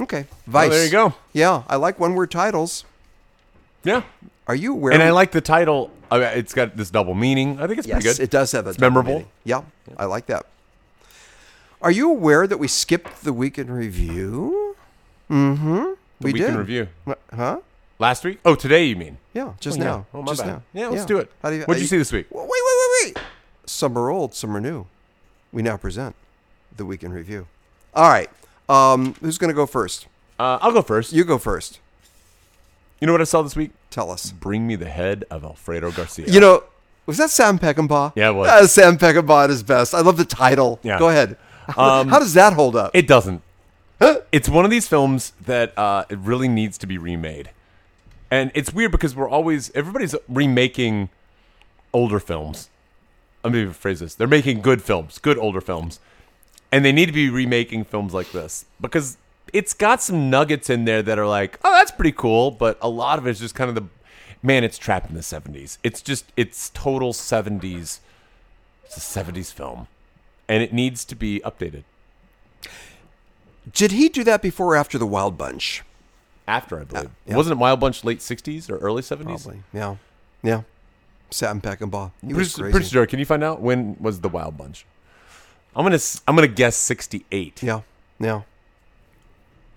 Okay. Vice. Well, there you go. Yeah, I like one word titles. Yeah. Are you aware? And I like the title. I mean, It's got this double meaning. I think it's Yes, pretty good. it does have a It's double memorable. meaning. Yeah, I like that. Are you aware that we skipped the week in review? Mm-hmm. we Week did. in review. Wh- Huh? Last week? Oh, today you mean? Yeah, just Oh, yeah. now. Oh, my just bad. now. Yeah, let's do it. What'd you see this week? Wait, wait, wait, wait. Some are old, some are new. We now present the week in review. All right. Um, who's going to go first? Uh, I'll go first. You, You go first. know what I saw this week? Tell us. Bring me the head of Alfredo Garcia. You know, was that Sam Peckinpah? Yeah, it was. That is Sam Peckinpah at his best. I love the title. Yeah. Um, Go ahead. How does that hold up? It doesn't. It's one of these films that uh, it really needs to be remade, and it's weird because we're always everybody's remaking older films. Let me rephrase this: they're making good films, good older films, and they need to be remaking films like this because it's got some nuggets in there that are like, oh, that's pretty cool, but a lot of it's just kind of the man. It's trapped in the '70s. It's just it's total '70s. It's a '70s film, and it needs to be updated. Did he do that before or after the Wild Bunch? after, I believe. yeah. Wasn't it Wild Bunch late '60s or early '70s? Probably. Yeah. Yeah. Sam Peckinpah. He was Producer, crazy. producer, can you find out when was the Wild Bunch? I'm gonna s- I'm gonna guess '68, Yeah. Yeah.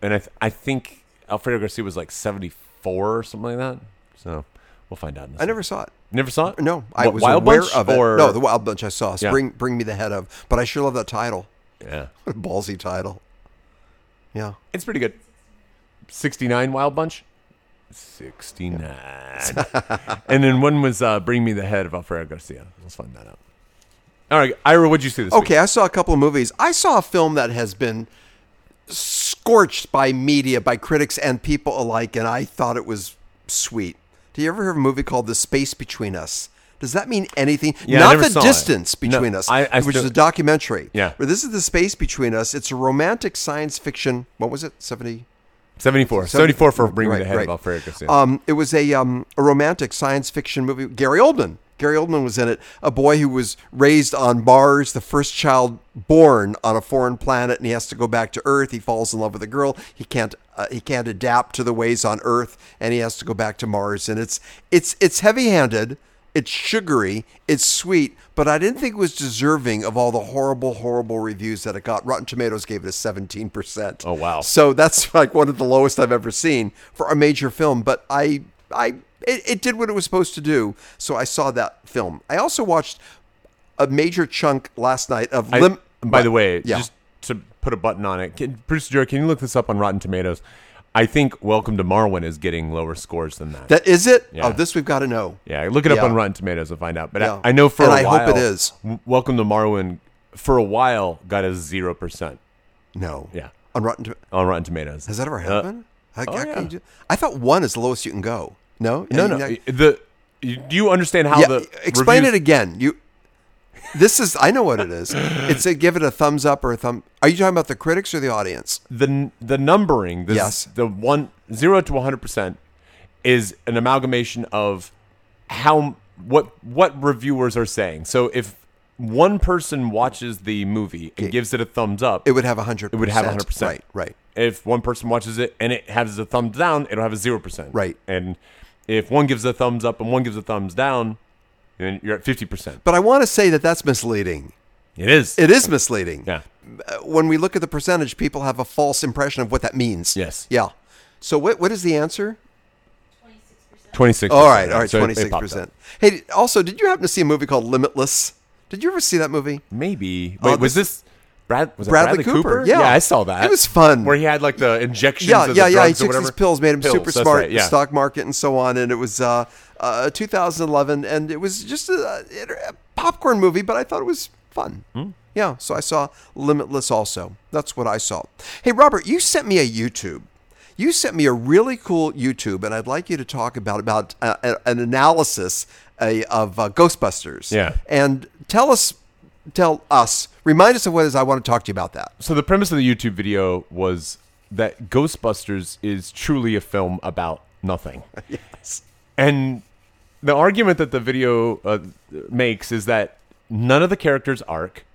and I th- I think Alfredo Garcia was like '74 or something like that. So we'll find out. In a I second. never saw it. never saw it. No, I What, was Wild aware Bunch of it. or no, the Wild Bunch I saw. Yeah. Bring Bring Me the Head of. But I sure love that title. yeah, Ballsy title. Yeah. it's pretty good. '69 Wild Bunch. 69. and then when was uh, Bring Me the Head of Alfredo Garcia? Let's find that out. All right, Ira, what'd you see this week? Okay, I saw a couple of movies. I saw a film that has been scorched by media, by critics and people alike, and I thought it was sweet. Do you ever hear of a movie called The Space Between Us? Does that mean anything? Yeah, I Not never the saw it. distance between No, us, I- I which still- is a documentary. Yeah. But this is the space between us. It's a romantic science fiction. What was it? Seventy. 74. Seventy- 74 for Bring Me right, the Head right. of Alfredo Garcia. Um, it was a um, a romantic science fiction movie. Gary Oldman. Gary Oldman was in it. A boy who was raised on Mars, the first child born on a foreign planet, and he has to go back to Earth. He falls in love with a girl. He can't uh, he can't adapt to the ways on Earth, and he has to go back to Mars. And it's it's it's heavy handed. It's sugary, it's sweet, but I didn't think it was deserving of all the horrible, horrible reviews that it got. Rotten Tomatoes gave it a 17%. Oh, wow. So that's like one of the lowest I've ever seen for a major film, but I I it, it did what it was supposed to do. So I saw that film. I also watched a major chunk last night of I- Lim- by the way, yeah. just to put a button on it, can, producer Jerry, can you look this up on Rotten Tomatoes? I think Welcome to Marwin is getting lower scores than that. that is it. Yeah. Oh, this we've got to know. yeah, look it up Yeah. on Rotten Tomatoes and find out. But I- Yeah. I, know for And a I while, hope it is. W- Welcome to Marwin for a while got a zero percent No. Yeah. On Rotten Tom- on Rotten Tomatoes. Has that ever Uh, happened? How- how can yeah. you do- I thought one is the lowest you can go. No? no, And no. you- The you- do you understand how the explain reviews- it again. You this is I know what it is. It's a give it a thumbs up or a thumb. Are you talking about the critics or the audience? the the numbering the, Yes. the one zero to 100% is an amalgamation of how what what reviewers are saying so if one person watches the movie and gives it a thumbs up It would have a hundred. It would have 100%. Right. Right. if one person watches it and it has a thumbs down it'll have a 0% Right. and if one gives a thumbs up and one gives a thumbs down then you're at 50% But I want to say that that's misleading. it is It is misleading. yeah Uh, When we look at the percentage, people have a false impression of what that means. Yes. Yeah. So what what is the answer? 26%. 26 All right. All right. Twenty six percent. Hey. d- Also, did you happen to see a movie called Limitless? Did you ever see that movie? Maybe. Wait, was this Brad? Was Oh, Bradley Bradley, Bradley Cooper? Cooper, yeah. I saw that. It was fun. Where he had like the injections. Yeah, of yeah, the yeah. He drugs or took these whatever. pills, made him super that's smart, right, yeah. stock market and so on. And it was uh, uh, 2011, and it was just a, a popcorn movie, but I thought it was fun. Hmm. Yeah, so I saw Limitless also. That's what I saw. Hey, Robert, you sent me a YouTube. You sent me a really cool YouTube, and I'd like you to talk about about uh, a- an analysis uh, of uh, Ghostbusters. Yeah. and tell us, tell us, remind us of what it is I want to talk to you about that. So the premise of the YouTube video was that Ghostbusters is truly a film about nothing. And the argument that the video uh, makes is that none of the characters arc.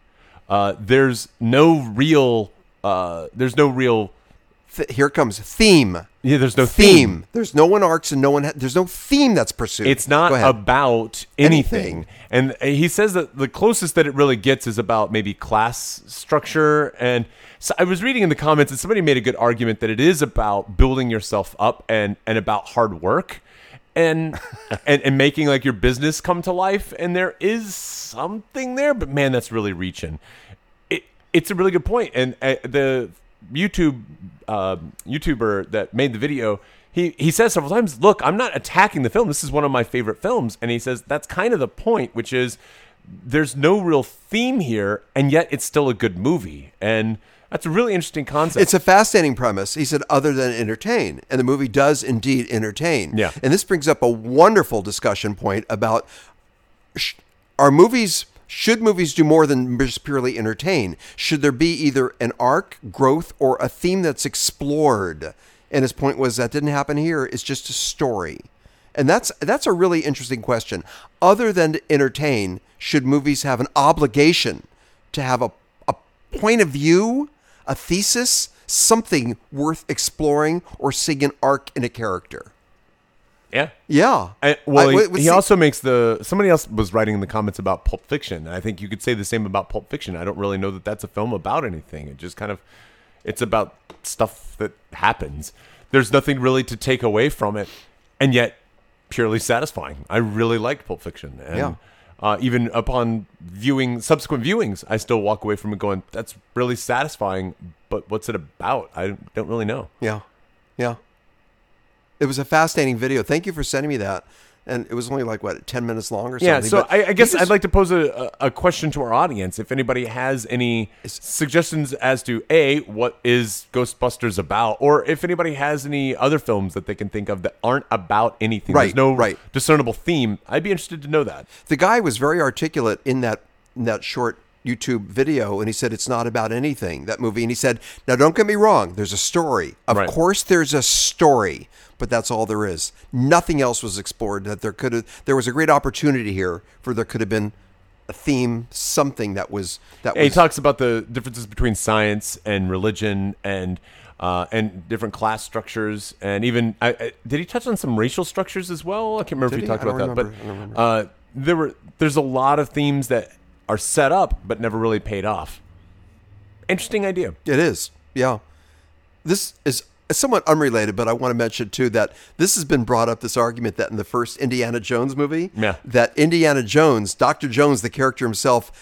Uh, there's no real. Uh, there's no real. Th- here comes theme. Yeah, there's no theme. Theme. There's no one arcs and no one. Ha- there's no theme that's pursued. It's not Go ahead. about anything. And he says that the closest that it really gets is about maybe class structure. And so I was reading in the comments, and somebody made a good argument that it is about building yourself up and and about hard work. And, and and making like your business come to life, and there is something there, but man, that's really reaching it, it's a really good point. And uh, the YouTube uh, YouTuber that made the video, he he says several times, "Look, I'm not attacking the film. This is one of my favorite films." And he says that's kind of the point, which is there's no real theme here, and yet it's still a good movie. And that's a really interesting concept. It's a fascinating premise. He said, other than entertain. And the movie does indeed entertain. Yeah. And this brings up a wonderful discussion point about sh- are movies, should movies do more than just purely entertain? Should there be either an arc, growth, or a theme that's explored? And his point was that didn't happen here. It's just a story. And that's that's a really interesting question. Other than to entertain, should movies have an obligation to have a, a point of view, a thesis, something worth exploring, or seeing an arc in a character? yeah. Yeah. I, well, I- he- what- he, what's the- also makes the somebody else was writing in the comments about Pulp Fiction, and I think you could say the same about Pulp Fiction. I don't really know that that's a film about anything. It just kind of it's about stuff that happens. There's nothing really to take away from it, and yet purely satisfying. I really liked Pulp Fiction, and Yeah. uh, even upon viewing subsequent viewings, I still walk away from it going, "That's really satisfying." But what's it about? I don't really know. Yeah. Yeah. It was a fascinating video. Thank you for sending me that. And it was only like what ten minutes long or something. Yeah, so but I, I guess this- I'd like to pose a, a a question to our audience. If anybody has any suggestions as to a what is Ghostbusters about, or if anybody has any other films that they can think of that aren't about anything, Right, there's no right. discernible theme. I'd be interested to know that. the guy was very articulate in that in that short YouTube video, and he said it's not about anything that movie. And he said, now don't get me wrong, there's a story. Of Right. course, there's a story, but that's all there is. Nothing else was explored. That there could have there was a great opportunity here for there could have been a theme, something that was that Yeah, he was talks about the differences between science and religion and uh, and different class structures and even I, I, did he touch on some racial structures as well? I can't remember Did if he he? talked I don't about remember. I don't that, but uh, there were there's a lot of themes that are set up but never really paid off. Interesting idea. It is. Yeah. This is somewhat unrelated, but I want to mention too that this has been brought up this argument that in the first Indiana Jones movie, Yeah. that Indiana Jones, Dr. Jones, the character himself,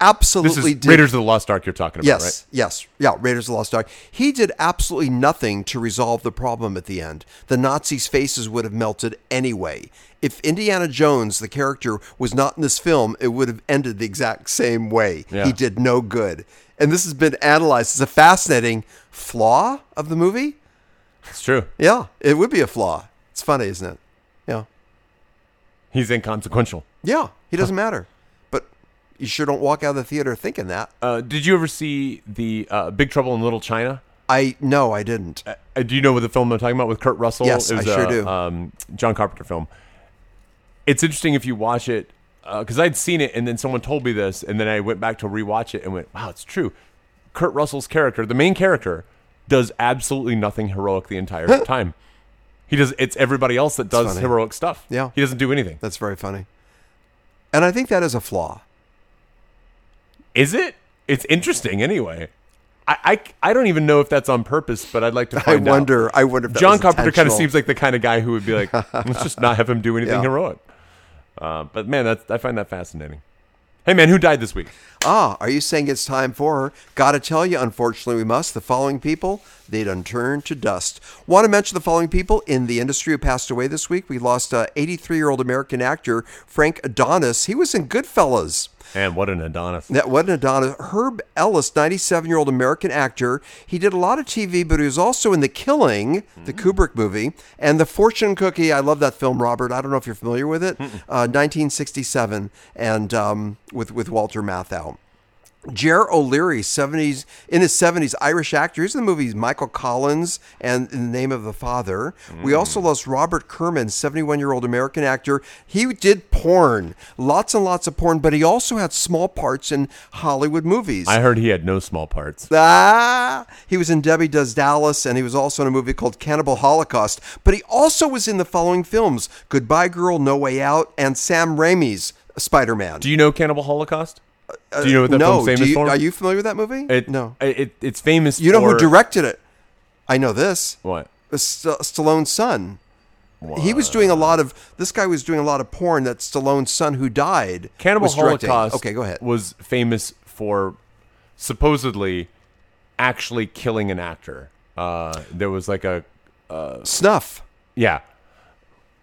absolutely This is did Raiders of the Lost Ark you're talking about, Yes, right? yes, yeah. Raiders of the Lost Ark. He did absolutely nothing to resolve the problem at the end. The Nazis' faces would have melted anyway. If Indiana Jones, the character, was not in this film, it would have ended the exact same way. Yeah. He did no good, and this has been analyzed as a fascinating flaw of the movie. It's true. Yeah, it would be a flaw. It's funny, isn't it? Yeah, He's inconsequential. yeah. He doesn't matter, but you sure don't walk out of the theater thinking that. Uh, did you ever see the uh, Big Trouble in Little China? I no, I didn't. Uh, do you know what the film I'm talking about with Kurt Russell? Yes, It was I sure a, do. Um, John Carpenter film. It's interesting if you watch it because I'd seen it and then someone told me this, and then I went back to rewatch it and went, "Wow, it's true." Kurt Russell's character, the main character, does absolutely nothing heroic the entire time. He does. It's everybody else that does funny. heroic stuff. Yeah. he doesn't do anything. That's very funny. And I think that is a flaw. Is it? It's interesting anyway. I, I, I don't even know if that's on purpose, but I'd like to I find out. wonder. I wonder if that John was Carpenter kind of intentional. seems like the kind of guy who would be like, let's just not have him do anything Yeah. heroic. Uh, but man, that's, I find that fascinating. Hey man, who died this week? Ah, are you saying it's time for? Gotta tell you, unfortunately, we must. The following people, they done turned to dust. Want to mention the following people in the industry who passed away this week. We lost 83 year old American actor Frank Adonis. He was in Goodfellas. Man, what an Adonis. That wasn't Adonis. Herb Ellis, 97 year old American actor. He did a lot of TV, but he was also in The Killing, the Kubrick movie, and The Fortune Cookie. I love that film, Robert. I don't know if you're familiar with it. Uh, 1967, and um, with, with Walter Matthau. Jer O'Leary, seventies in his seventies, Irish actor. He's in the movies Michael Collins and In the Name of the Father. Mm. We also lost Robert Kerman, seventy-one-year-old American actor. He did porn, lots and lots of porn, but he also had small parts in Hollywood movies. I heard he had no small parts. Ah, he was in Debbie Does Dallas, and he was also in a movie called Cannibal Holocaust. But he also was in the following films: Goodbye Girl, No Way Out, and Sam Raimi's Spider-Man. Do you know Cannibal Holocaust? do you know what that Uh, no, film's famous do you, for? are you familiar with that movie? It, no, it, it- it's famous. you know who for- directed it? I know this. What? Uh, St- Stallone's son. He was doing a lot of. This guy was doing a lot of porn. That Stallone's son, who died, Cannibal was directing. Holocaust. Okay, go ahead. Was famous for supposedly actually killing an actor. Uh, there was like a Snuff. yeah.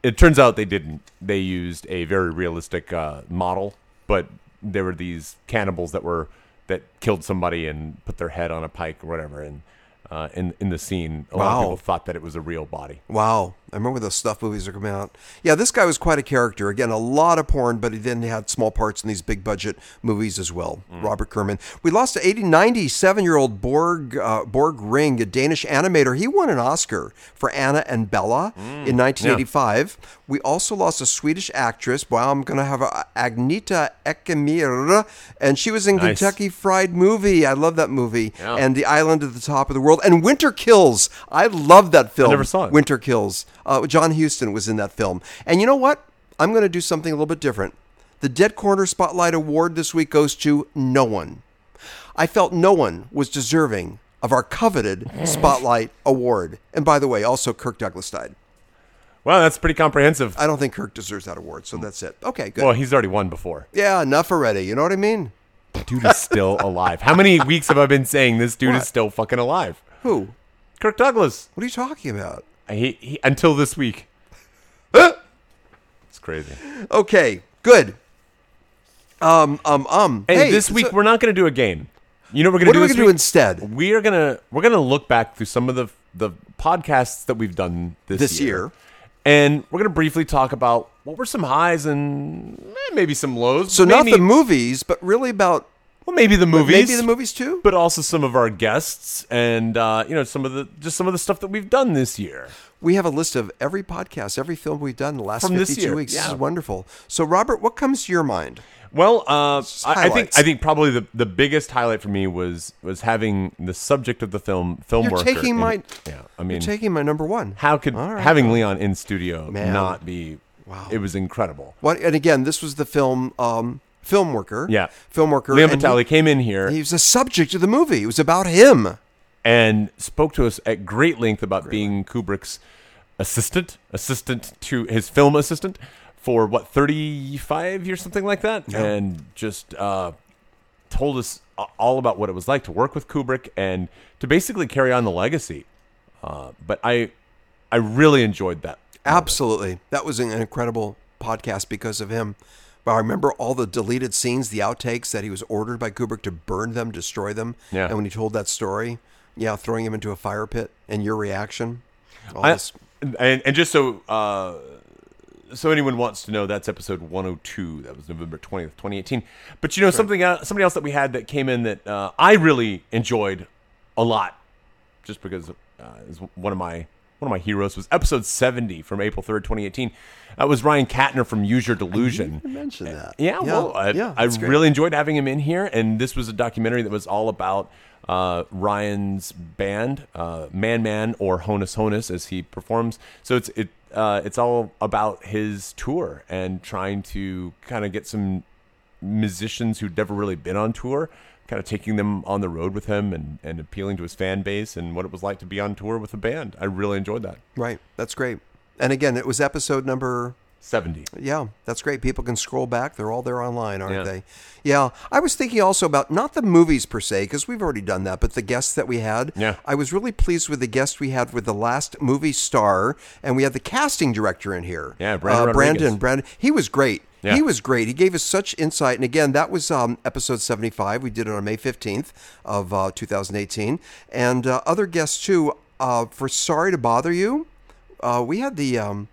It turns out they didn't. They used a very realistic uh, model, but there were these cannibals that were that killed somebody and put their head on a pike or whatever. And uh, in in the scene, a lot of Wow. people thought that it was a real body. Wow. I remember those stuff movies that come out. Yeah, this guy was quite a character. Again, a lot of porn, but he then had small parts in these big budget movies as well. Robert Kerman. We lost to 80, 97 year old Borg, uh, Borg Ring, a Danish animator. He won an Oscar for Anna and Bella in 1985. We also lost a Swedish actress. Wow, I'm going to have a, Agnita Ekemir, and she was in Nice. Kentucky Fried Movie. I love that movie. And The Island at the Top of the World. And Winter Kills. I love that film. never saw it. Oh, Winter Kills. Uh, John Huston was in that film. And you know what? I'm going to do something a little bit different. The Dead Corner Spotlight Award this week goes to no one. I felt no one was deserving of our coveted Spotlight Award. And by the way, also Kirk Douglas died. Well, that's pretty comprehensive. I don't think Kirk deserves that award, so that's it. Okay, good. Well, he's already won before. yeah, enough already. You know what I mean? Dude is still alive. How many weeks have I been saying this dude is What? still fucking alive? Who? Kirk Douglas. What are you talking about? He, he until this week. it's crazy. Okay, good. Um, um, um. Hey, hey this week so- we're not going to do a game. You know what we're going what to are do we this going to do week? instead? we are gonna we're gonna look back through some of the the podcasts that we've done this, This year. and we're gonna briefly talk about what were some highs and eh, maybe some lows. So maybe, not the movies, but really about well, maybe the movies, maybe the movies too. but also some of our guests and uh, you know some of the just some of the stuff that we've done this year. We have a list of every podcast, every film we've done in the last From this 52 year, weeks. This yeah. is wonderful. So Robert, what comes to your mind? Well, uh, I, I think highlights. I think probably the, the biggest highlight for me was was having the subject of the film film You're worker. taking in- my- yeah. I mean, You're taking my number 1. how could All right. having Leon in studio Man. not be? Wow, it was incredible. What and again, this was the film um film worker. Yeah. Film worker. Liam and Vitale came in here He, he was the subject of the movie. It was about him. and spoke to us at great length about being Kubrick's assistant, assistant to his film assistant for what, 35 years, something like that? And just uh, told us a- all about what it was like to work with Kubrick and to basically carry on the legacy. Uh, but I, I really enjoyed that. Absolutely. That was an incredible podcast because of him. But I remember all the deleted scenes, the outtakes that he was ordered by Kubrick to burn them, destroy them. Yeah. And when he told that story, yeah, throwing him into a fire pit and your reaction. All I- this. and, and just so uh, so anyone wants to know, that's episode 102. That was November 20th, 2018. But you know something, uh, somebody else that we had that came in that uh, I really enjoyed a lot, just because uh, is one of my one of my heroes was episode 70 from April 3rd, 2018. That was Ryan Katner from Use Your Delusion. Mention that. Eh, Yeah, well, I, yeah, I that's great. really enjoyed having him in here, and this was a documentary that was all about uh, Ryan's band, uh, Man Man or Honus Honus, as he performs. So it's it uh, it's all about his tour and trying to kind of get some musicians who'd never really been on tour, kind of taking them on the road with him and and appealing to his fan base and what it was like to be on tour with a band. I really enjoyed that. Right. That's great. And again, it was episode number Seventy. Yeah, that's great. People can scroll back. They're all there online, aren't Yeah. they? Yeah. I was thinking also about not the movies per se, because we've already done that, but the guests that we had. Yeah. I was really pleased with the guest we had with the last movie star, and we had the casting director in here. Yeah, Brandon Uh, Brandon. Rodriguez. Brandon. He was great. Yeah. He was great. He gave us such insight. And again, that was um, episode 75. We did it on May 15th of uh, 2018. And uh, other guests too, uh, for Sorry to Bother You, uh, we had the um,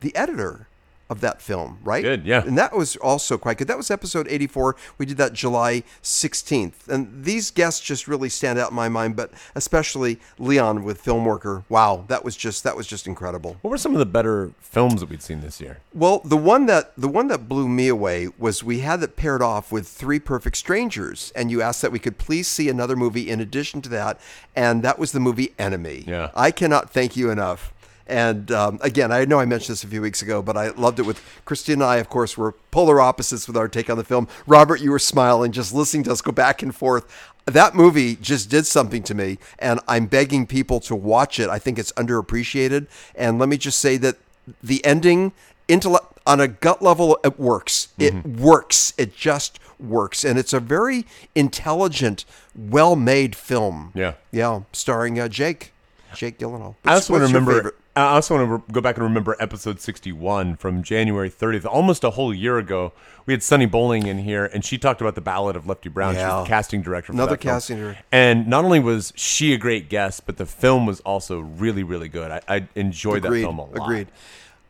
the editor of that film, right? Good, yeah. And that was also quite good. That was episode 84. We did that July 16th. And these guests just really stand out in my mind, but especially Leon with Filmworker. Wow, that was just that was just incredible. What were some of the better films that we'd seen this year? Well, the one that the one that blew me away was we had it paired off with Three Perfect Strangers, and you asked that we could please see another movie in addition to that, and that was the movie Enemy. Yeah. I cannot thank you enough. And um, again, I know I mentioned this a few weeks ago, but I loved it with Christine and I. Of course, were polar opposites with our take on the film. Robert, you were smiling, just listening to us go back and forth. That movie just did something to me, and I'm begging people to watch it. I think it's underappreciated. And let me just say that the ending intellect on a gut level it works it works it just works and it's a very intelligent well-made film Yeah. yeah starring uh, jake jake gyllenhaal I also want to What's your remember. favorite? I also want to re- go back and remember episode sixty-one from January thirtieth, almost a whole year ago. We had Sunny Bowling in here, and she talked about the Ballad of Lefty Brown. She Yeah. was the casting director. For Another that film. casting director. And not only was she a great guest, but the film was also really, really good. I, I enjoyed that film a lot. Agreed.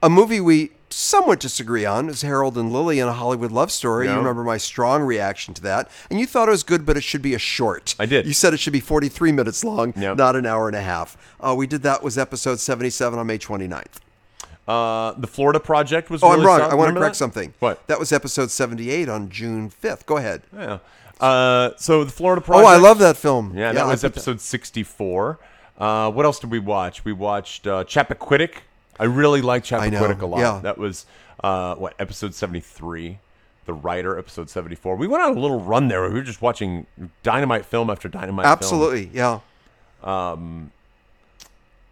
A movie we somewhat disagree on is Harold and Lily in a Hollywood love story. You Yeah. remember my strong reaction to that. And you thought it was good, but it should be a short. I did. You said it should be 43 minutes long, Yep. not an hour and a half. Uh, we did that was episode 77 on May 29th. Uh, the Florida Project was. Oh, really I'm wrong. solid. I want to Remember correct that? something. What? That was episode 78 on June 5th. Go ahead. Yeah. Uh, so the Florida Oh, Project. I love that film. Yeah, that I was put that- episode 64. Uh, what else did we watch? We watched uh, Chappaquiddick. I really like know, Chappaquiddick a lot. yeah. That was, uh, what, episode 73? The Writer, episode 74. We went on a little run there. where We were just watching dynamite film after dynamite film. Absolutely. Yeah.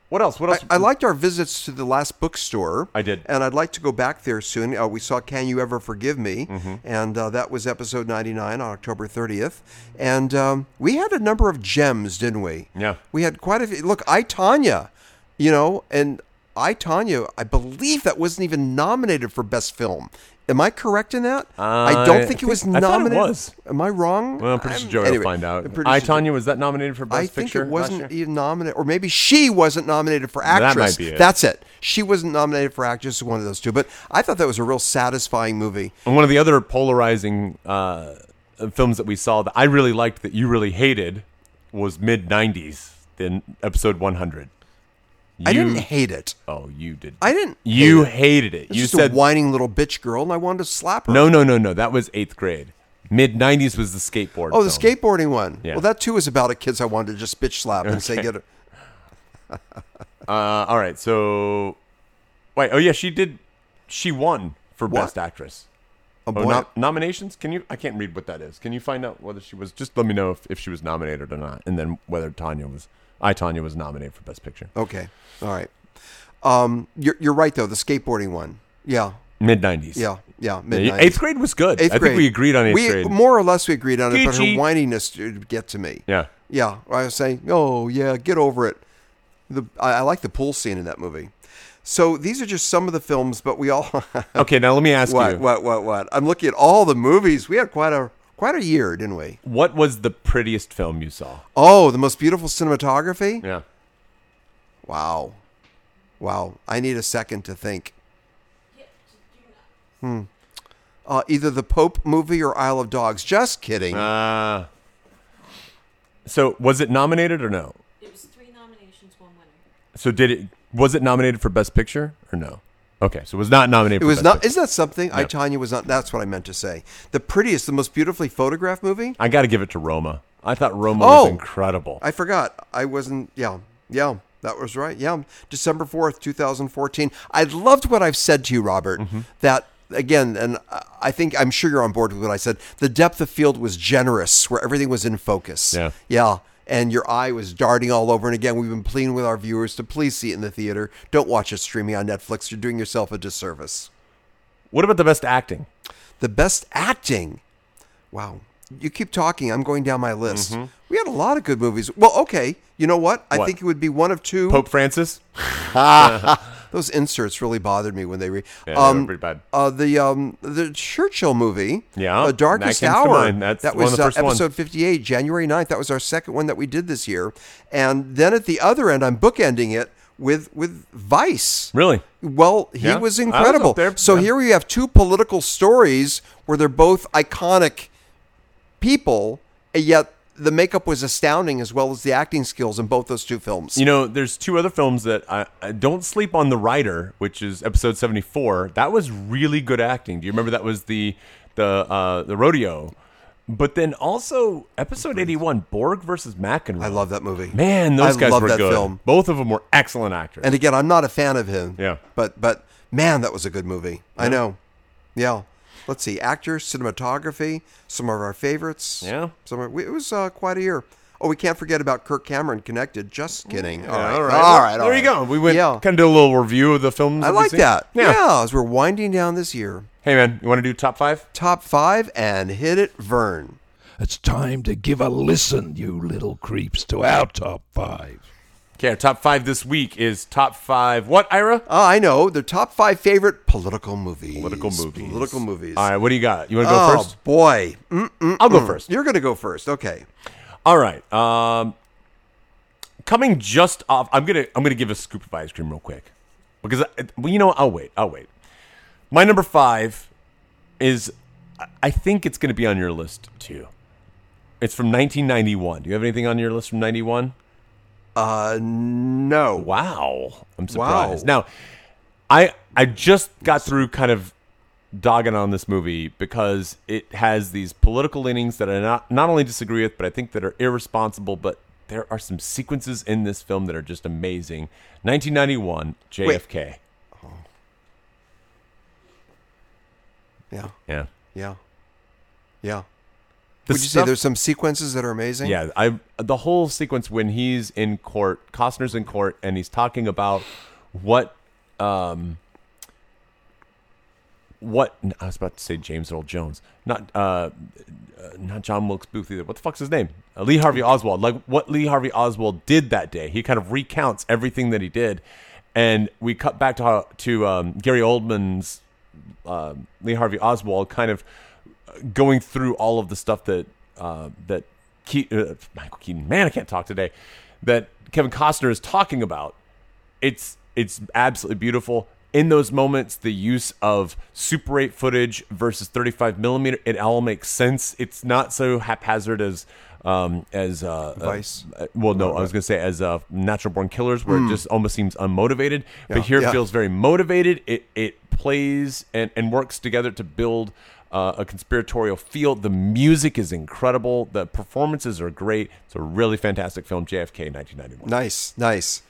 What else? What else? I liked our visits to the last bookstore. I did. And I'd like to go back there soon. Uh, we saw Can You Ever Forgive Me? Mm-hmm. And uh, that was episode 99 on October 30th. And um, we had a number of gems, didn't we? Yeah. We had quite a few. Look, I, Tanya, you know, and I, Tanya, I believe that wasn't even nominated for Best Film. Am I correct in that? I I don't think it was think- I thought it nominated. was. Am I wrong? well, producer I'm- Joey anyway, will find out. producer I, Joey- Tanya, was that nominated for Best I think Picture? it last wasn't e- year? even nominated, or maybe she wasn't nominated for actress. might be it. That's it. She wasn't nominated for actress. One of those two. But I thought that was a real satisfying movie. And one of the other polarizing uh, films that we saw that I really liked that you really hated was mid 90s, then episode 100. I You- didn't hate it. Oh, you did. I didn't You hate it. hated it. It's you just said a whining little bitch girl, and I wanted to slap her. no, no, no, no. That was eighth grade. Mid '90s was the skateboard. Oh, the film. skateboarding one. Yeah. Well, that too is about a kids I wanted to just bitch slap and say get it. Uh, all right. So, wait. Oh yeah, she did. She won for What? best actress. Oh, Oh, boy. no- nominations? Can you? I can't read what that is. Can you find out whether she was? Just let me know if, if she was nominated or not, and then whether Tanya was. I Tanya was nominated for best picture. Okay. All right. Um, you're you're right though. The skateboarding one. Yeah. Mid '90s. Yeah. Yeah. Yeah, Midnight. Eighth grade was good. Eighth I think grade. we agreed on eighth We- grade. More or less, we agreed on it, but her Gucci. whininess did get to me. yeah. Yeah, I was saying, oh yeah, get over it. The I, I like the pool scene in that movie. So these are just some of the films, but we all Okay. Now let me ask what you. what what what? I'm looking at all the movies. We had quite a quite a year, didn't we? What was the prettiest film you saw? Oh, the most beautiful cinematography. Yeah. Wow, wow. I need a second to think. Hmm. Uh, either the Pope movie or Isle of Dogs. Just kidding. Uh, so was it nominated or no? It was three nominations, one winner. So did it? Was it nominated for Best Picture or no? Okay, so it was not nominated. It for was Best not. Picture. Isn't that something? I Tanya was not. That's what I meant to say. The prettiest, the most beautifully photographed movie. I got to give it to Roma. I thought Roma Oh! was incredible. I forgot. I wasn't. Yeah, yeah, that was right. Yeah, December fourth, two thousand fourteen. I loved what I've said to you, Robert. That again, and I- I think I'm sure you're on board with what I said. The depth of field was generous, where everything was in focus. Yeah. yeah. And your eye was darting all over. And again, we've been pleading with our viewers to please see it in the theater. Don't watch it streaming on Netflix. You're doing yourself a disservice. what about the best acting? The best acting. Wow. You keep talking. I'm going down my list. We had a lot of good movies. Well, okay. You know what? I Mm-hmm. What? think it would be one of two. Pope Francis. Those inserts really bothered me when they read. Yeah, they were pretty bad. Uh, the um, the Churchill movie. Yeah, The Darkest that comes to Hour. mind. That's that one of was the uh, first ones. episode 58, January 9th. That was our second one that we did this year. And then at the other end, I'm bookending it with with Vice. Really? Well, he Yeah. was I was up incredible. there. so Yeah. here we have two political stories where they're both iconic people, and yet the makeup was astounding as well as the acting skills in both those two films. You know, there's two other films that I, I don't sleep on. The Rider, which is episode 74, that was really good acting. Do you remember that was the the uh, the rodeo? But then also episode 81, Borg versus McEnroe. I love that movie. Man, those I guys love were that good. film. Both of them were excellent actors. And again, I'm not a fan of him. Yeah. But but man, that was a good movie. I know. Yeah. Let's see, actors, cinematography, some of our favorites. Yeah. Some of, it was uh, quite a year. Oh, we can't forget about Kirk Cameron connected. Just kidding. All right. Mm. all right. All right. There all you go. right. We went Yeah. kind of did a little review of the films. I we've like seen. that. Yeah. yeah. As we're winding down this year, Hey, man, you want to do top five? top five and hit it, Vern. It's time to give a listen, you little creeps, to our top five. Okay, our top five this week is top five. What, Ira? Oh, I know. Their top five favorite political movies. Political movies. Political movies. All right, what do you got? You want to go oh, first? boy. Mm, I'll go first. You're going to go first. Okay. All right. Um, coming just off, I'm gonna I'm gonna give a scoop of ice cream real quick because I, well, you know what? I'll wait. I'll wait. My number five is I- I think it's gonna be on your list too. It's from 1991. Do you have anything on your list from 91? Uh, no. Wow, I'm surprised. Now, I I just got through kind of dogging on this movie because it has these political leanings that I not not only disagree with, but I think that are irresponsible. But there are some sequences in this film that are just amazing. 1991, JFK. Yeah. Yeah. Yeah. Yeah. The Would you say stuff- there's some sequences that are amazing? Yeah, I the whole sequence when he's in court, Costner's in court, and he's talking about what um what I was about to say James Earl Jones, not uh, uh, not John Wilkes Booth either. What the fuck's his name? Uh, Lee Harvey Oswald. Like what Lee Harvey Oswald did that day. He kind of recounts everything that he did, and we cut back to how, to um, Gary Oldman's uh, Lee Harvey Oswald kind of going through all of the stuff that uh, that Ke- uh, Michael Keaton. Man, I can't talk today. That Kevin Costner is talking about. It's it's absolutely beautiful. In those moments, the use of Super 8 footage versus 35 millimeter, it all makes sense. It's not so haphazard as um, as uh, Vice. uh, well, no, I was gonna say as uh, Natural Born Killers, where it just almost seems unmotivated. But here Hmm. yeah. it feels feels very motivated. It it plays and, and works together to build uh, a conspiratorial feel. The music is incredible. The performances are great. It's a really fantastic film. JFK, nineteen ninety one. Nice. Nice.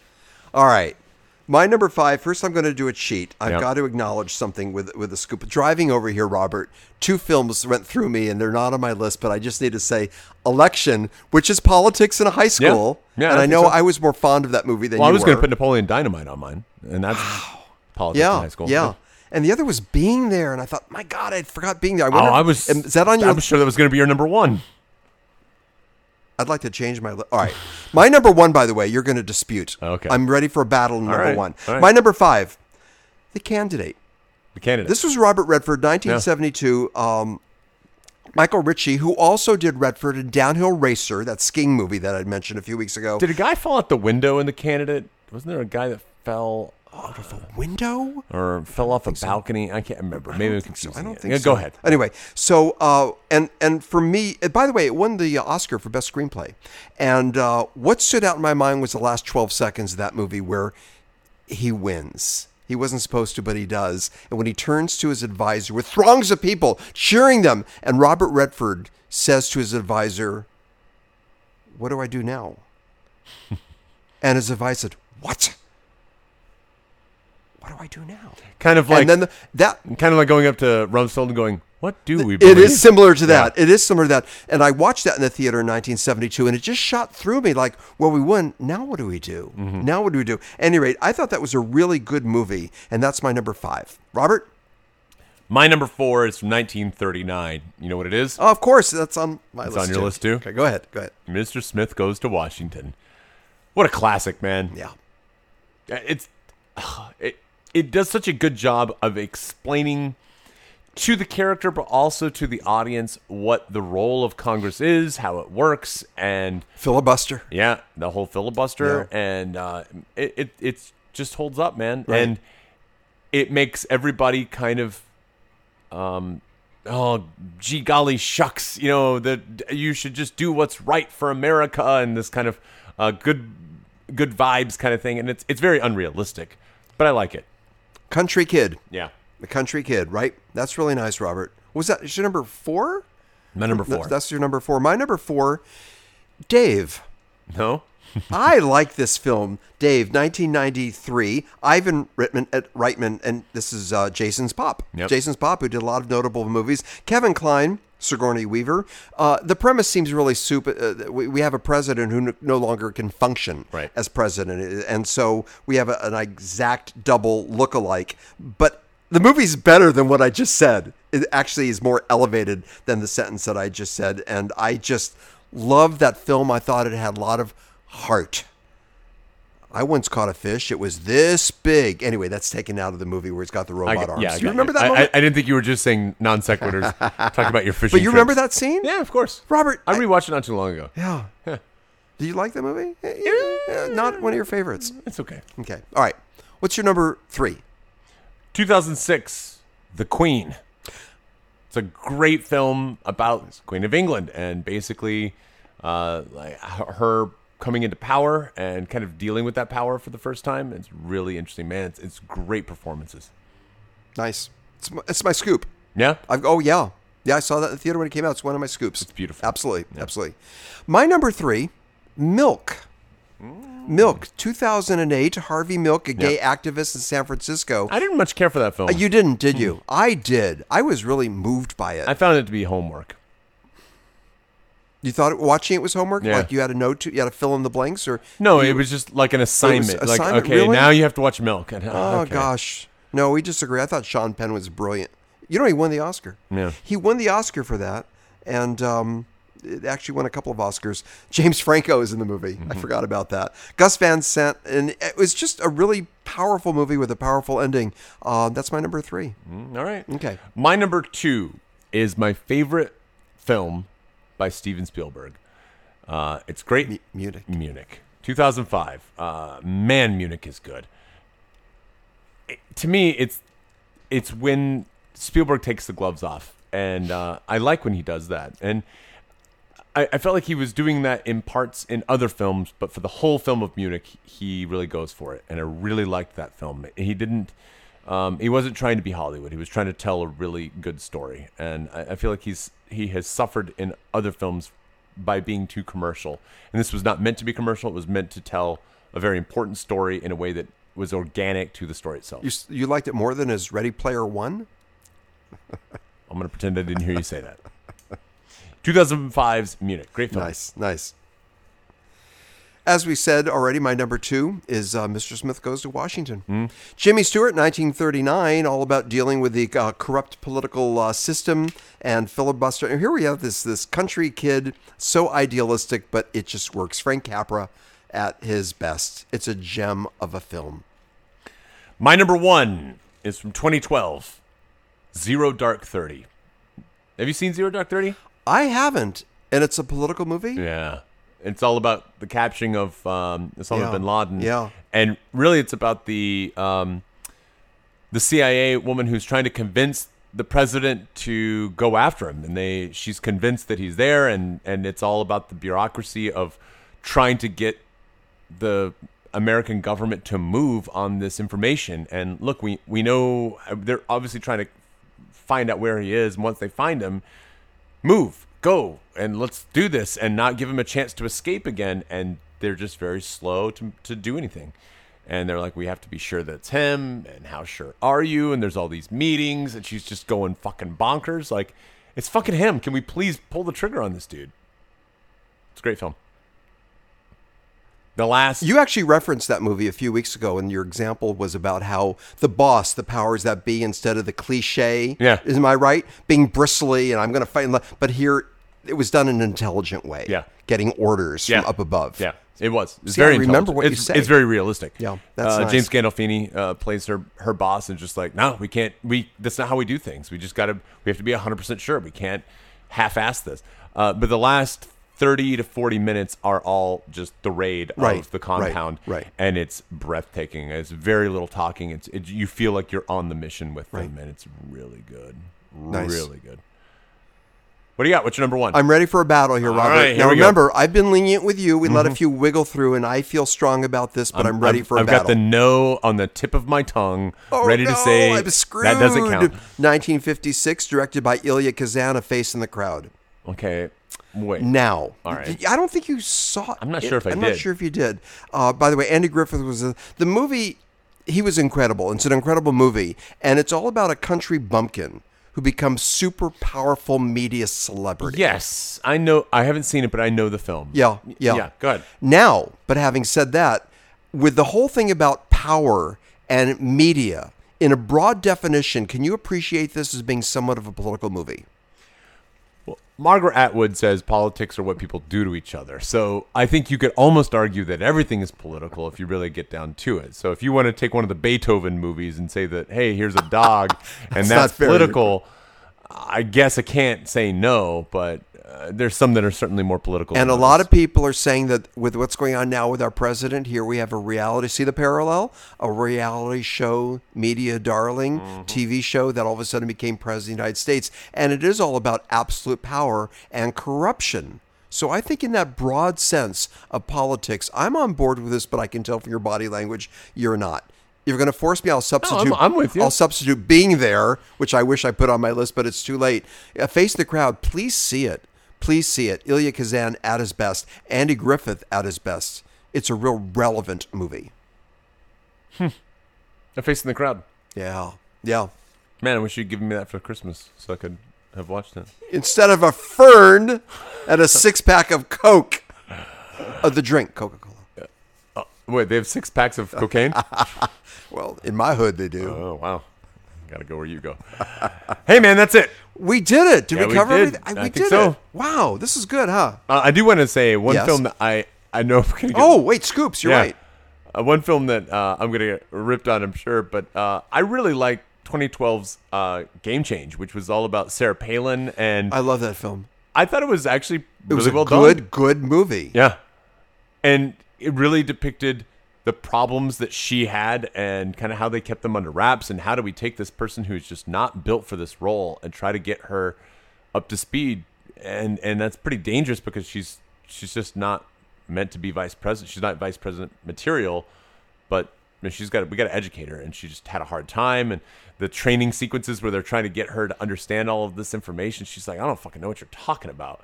All right. My number five, first I'm going to do a cheat. I've Yeah. got to acknowledge something with with a scoop. Driving over here, Robert, two films went through me and they're not on my list, but I just need to say Election, which is politics in high school. Yeah, and I I, think know so. I was more fond of that movie than Well, you I was going going to put Napoleon Dynamite on mine, and that's politics yeah, in high school. Yeah. And the other was Being There, and I thought, my God, I forgot Being There. I Oh, wonder, I was. am- Is that on your I'm sure that was going to be your number one. I'd like to change my. Li- All right, my number one, by the way, you're going to dispute. Okay. I'm ready for a battle. in Number right, one. all right. My number five, the candidate. The candidate. This was Robert Redford, 1972. Um, Michael Ritchie, who also did Redford and Downhill Racer, that skiing movie that I mentioned a few weeks ago. Did a guy fall out the window in the candidate? Wasn't there a guy that fell Oh, out of a Window. or fell off a balcony? I can't remember. Maybe I'm So confusing I don't it. think. Yeah, so. Go ahead. Anyway, so uh, and and for me, uh, by the way, it won the uh, Oscar for best screenplay. And uh, what stood out in my mind was the last twelve seconds of that movie where he wins. He wasn't supposed to, but he does. And when he turns to his advisor with throngs of people cheering them, and Robert Redford says to his advisor, "What do I do now?" and his advisor said, "What? What do I do now?" Kind of like and then the, that kind of like going up to Rumsfeld and going, "What do we?" Believe? it is similar to that. It is similar to that. And I watched that in the theater in 1972, and it just shot through me like, well, we won. Now what do we do? Mm-hmm. Now what do we do? Any rate, I thought that was a really good movie, and that's my number five. Robert? My number four is from 1939. You know what it is? Oh, of course, that's on my It's list. on your too. list, too? Okay, go ahead. Go ahead. Mr. Smith goes to Washington. What a classic, man! Yeah. It's it it does such a good job of explaining to the character, but also to the audience what the role of Congress is, how it works, and Filibuster. Yeah, the whole filibuster, and uh, it, it it's just holds up, man. Right. And it makes everybody kind of um oh gee golly shucks, you know, that you should just do what's right for America and this kind of uh, good good vibes kind of thing and it's it's very unrealistic, but I like it. Country Kid. Yeah. The Country Kid, right? That's really nice, Robert. Was that is your number four? My number 4. That's, that's your number four. My number four, Dave. no? I like this film, Dave. 1993, Ivan Reitman, at Reitman and this is uh, Jason's Pop. Yep. Jason's Pop, who did a lot of notable movies. Kevin Klein, Sigourney Weaver. Uh, the premise seems really super. Uh, we, we have a president who no- no longer can function Right. as president, and so we have a, an exact double look-alike. But the movie's better than what I just said. It actually is more elevated than the sentence that I just said, and I just loved that film. I thought it had a lot of heart. I once caught a fish. It was this big. Anyway, that's taken out of the movie where it's got the I robot got- arms. yeah, I you got remember you. that I- I, moment? I, didn't think you were just saying non sequiturs. Talking about your fishing. but you remember trips. that scene? Yeah, of course. Robert, I I- rewatched it not too long ago. Yeah. Do you like that movie? Eh, yeah, Not one of your favorites. It's okay. Okay. All right. What's your number three? 2006, The Queen. It's a great film about the Queen of England and basically uh, like h- her coming into power and kind of dealing with that power for the first time. It's really interesting, man. It's, it's great performances. Nice. It's my, it's my scoop. Yeah, I've, oh, yeah. Yeah, I saw that in the theater when it came out. It's one of my scoops. It's beautiful. Absolutely. Absolutely. My number three, Milk. Mm. Milk, 2008, Harvey Milk, a gay activist in San Francisco. I didn't much care for that film. Uh, You didn't, did you? I did. I was really moved by it. Hmm. I found it to be homework. you thought it, watching it was homework? Yeah. Like you had a note to, you had to fill in the blanks, or No, it was just like an assignment. like assignment, okay, really? now you have to watch Milk. And, oh okay. gosh, no, we disagree. I thought Sean Penn was brilliant. You know, he won the Oscar. Yeah. he won the Oscar for that, and um, it actually won a couple of Oscars. James Franco is in the movie. Mm-hmm. I forgot about that. Gus Van Sant, and it was just a really powerful movie with a powerful ending. Uh, that's my number three. Mm, All right. Okay. My number two is my favorite film by Steven Spielberg. Uh, it's great. Munich. Munich. 2005. Uh, man, Munich is good. It- to me, it's it's when Spielberg takes the gloves off, and uh, I like when he does that. And I, I felt like he was doing that in parts in other films, but for the whole film of Munich, he really goes for it, and I really liked that film. He didn't. Um, he wasn't trying to be Hollywood. He was trying to tell a really good story, and I, I feel like he's he has suffered in other films by being too commercial. And this was not meant to be commercial. It was meant to tell a very important story in a way that was organic to the story itself. You s- you liked it more than his Ready Player One? I'm going to pretend I didn't hear you say that. 2005's Munich, great film. Nice, nice. As we said already, my number two is uh, Mr. Smith Goes to Washington. Jimmy Stewart, 1939, all about dealing with the uh, corrupt political uh, system and filibuster. And here we have this this country kid, so idealistic, but it just works. Frank Capra at his best. It's a gem of a film. My number one is from 2012, Zero Dark Thirty. Have you seen Zero Dark Thirty? I haven't, and it's a political movie. Yeah. It's all about the capturing of um, Osama Yeah. bin Laden. Yeah. And really, it's about the um, the CIA woman who's trying to convince the president to go after him, and they she's convinced that he's there, and and it's all about the bureaucracy of trying to get the American government to move on this information. And look, we we know uh, they're obviously trying to find out where he is, and once they find him, move, go, and let's do this, and not give him a chance to escape again. And they're just very slow to, to do anything. And they're like, we have to be sure that's him, and how sure are you? And there's all these meetings, and she's just going fucking bonkers. Like, it's fucking him. Can we please pull the trigger on this dude? It's a great film. The last. You actually referenced that movie a few weeks ago, and your example was about how the boss, the powers that be, instead of the cliche, Yeah. is am I right? Being bristly and I'm going to fight. and li- But here, it was done in an intelligent way. Yeah. getting orders Yeah. from up above. Yeah, it was. It's See, I very. remember intelligent. what you it's, said. It's very realistic. Yeah, that's uh, nice. James Gandolfini uh, plays her her boss and just like, no, we can't. We that's not how we do things. We just got to. We have to be hundred percent sure. We can't half ass this. Uh, but the last 30 to 40 minutes are all just the raid Right, of the compound. right, right. And it's breathtaking. It's very little talking. It's it, You feel like you're on the mission with them, and it's really good. Nice. Really good. What do you got? What's your number one? I'm ready for a battle here, Robert. right, here now we go. Mm-hmm. remember, I've been lenient with you. We let a few wiggle through, and I feel strong about this, but I'm, ready I've- for a I've battle. got the no on the tip of my tongue, Oh, ready to no, say I'm screwed. that doesn't count. 1956, directed by Ilya Kazan, A Face in the Crowd. Okay, wait. Now, All right. Did- I don't think you saw. I'm not it. sure if I I'm not did. sure if you did. Uh, by the way, Andy Griffith was a, the movie. He was incredible. It's an incredible movie, and it's all about a country bumpkin who becomes super powerful media celebrity. Yes, I know. I haven't seen it, but I know the film. Yeah, yeah. yeah. Go ahead. Now, but having said that, with the whole thing about power and media, in a broad definition, can you appreciate this as being somewhat of a political movie? Margaret Atwood says politics are what people do to each other. So I think you could almost argue that everything is political if you really get down to it. So if you want to take one of the Beethoven movies and say that, hey, here's a dog, and not that's fair. political, I guess I can't say no, but uh, there's some that are certainly more political. And a than lot others. of people are saying that with what's going on now with our president, here we have a reality. See the parallel? A reality show, media darling, TV show that all of a sudden became president of the United States. And it is all about absolute power and corruption. So I think, in that broad sense of politics, I'm on board with this, but I can tell from your body language you're not. You're going to force me. I'll substitute. I'm with you. I'll substitute being there, which I wish I put on my list, but it's too late. Uh, Face the crowd. Please see it. Please see it. Ilya Kazan at his best. Andy Griffith at his best. It's a real relevant movie. They're facing the crowd. Yeah. Yeah. Man, I wish you'd given me that for Christmas so I could have watched it. Instead of a fern and a six pack of Coke, of the drink, Coca Cola. Oh, Wait, they have six packs of cocaine? Well, in my hood, they do. oh, wow. Gotta go where you go. hey, man, that's it. we did it. Did Yeah, we we cover did. everything? I we think did so. it. Wow. This is good, huh? Uh, I do want to say one Yes. film that I, I know I'm gonna get, Oh, wait, Scoops, you're yeah. right. Uh, one film that uh, I'm gonna get ripped on, I'm sure, but uh, I really like 2012's uh, Game Change, which was all about Sarah Palin, and I I, love that film. thought it was actually It really was well a good, done. good movie. Yeah, and it really depicted the problems that she had and kind of how they kept them under wraps, and how do we take this person who is just not built for this role and try to get her up to speed, and and that's pretty dangerous because she's she's just not meant to be vice president. She's not vice president material, but I mean, she's got we got to educate her, and she just had a hard time. And the training sequences where they're trying to get her to understand all of this information, she's like, I don't fucking know what you're talking about.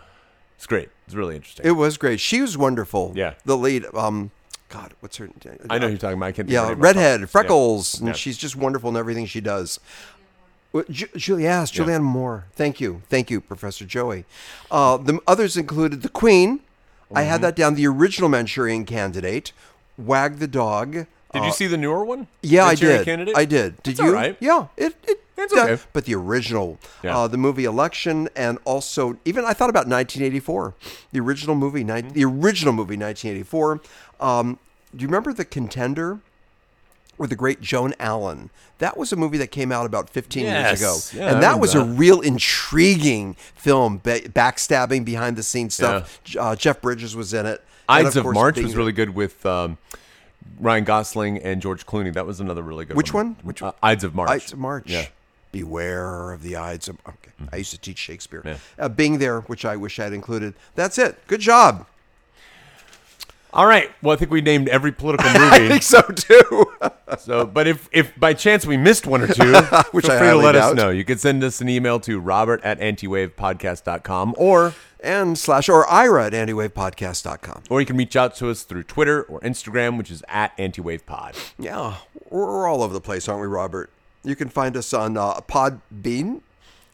It's great. It's really interesting. It was great. She was wonderful. Yeah. The lead, um, God, what's her? I know who you're talking about. I can't think of her Yeah, name. redhead, freckles, and Yeah. she's just wonderful in everything she does. Well, Ju- Julie, yes, Julianne Moore. Thank you, thank you, Professor Joey. Uh, the others included the Queen. I Mm-hmm. had that down. The original Manchurian Candidate, Wag the Dog. Did you see the newer one? Yeah, I That's your did. Candidate? I did. Did It's all you? right. Yeah, it. it It's that- okay. But the original, Yeah. uh, the movie Election, and also even I thought about 1984, the original movie, ni- Mm-hmm. the original movie 1984. Um, do you remember the Contender with the great Joan Allen? That was a movie that came out about 15 Yes. years ago, Yeah, I and that remember was a that. real intriguing film, ba- backstabbing, behind the scenes stuff. Uh, Jeff Bridges was in it. And, Ides of, course, March being- was really good with um, Ryan Gosling and George Clooney. That was another really good. Which one? one? Which uh, Ides of March. Ides of March. Yeah. Mm-hmm. Beware of the Ides of. Okay, I used to teach Shakespeare. Uh, being there, which I wish I had included. That's it. Good job. All right. Well, I think we named every political movie. so too. so, but if if by chance we missed one or two, Which feel free to I highly let doubt. us know. You can send us an email to Robert at antiwavepodcast.com or and slash or Ira at antywavepodcast.com. or you can reach out to us through Twitter or Instagram, which is at antiwavepod. Yeah, we're, we're all over the place, aren't we, Robert? You can find us on uh, Podbean.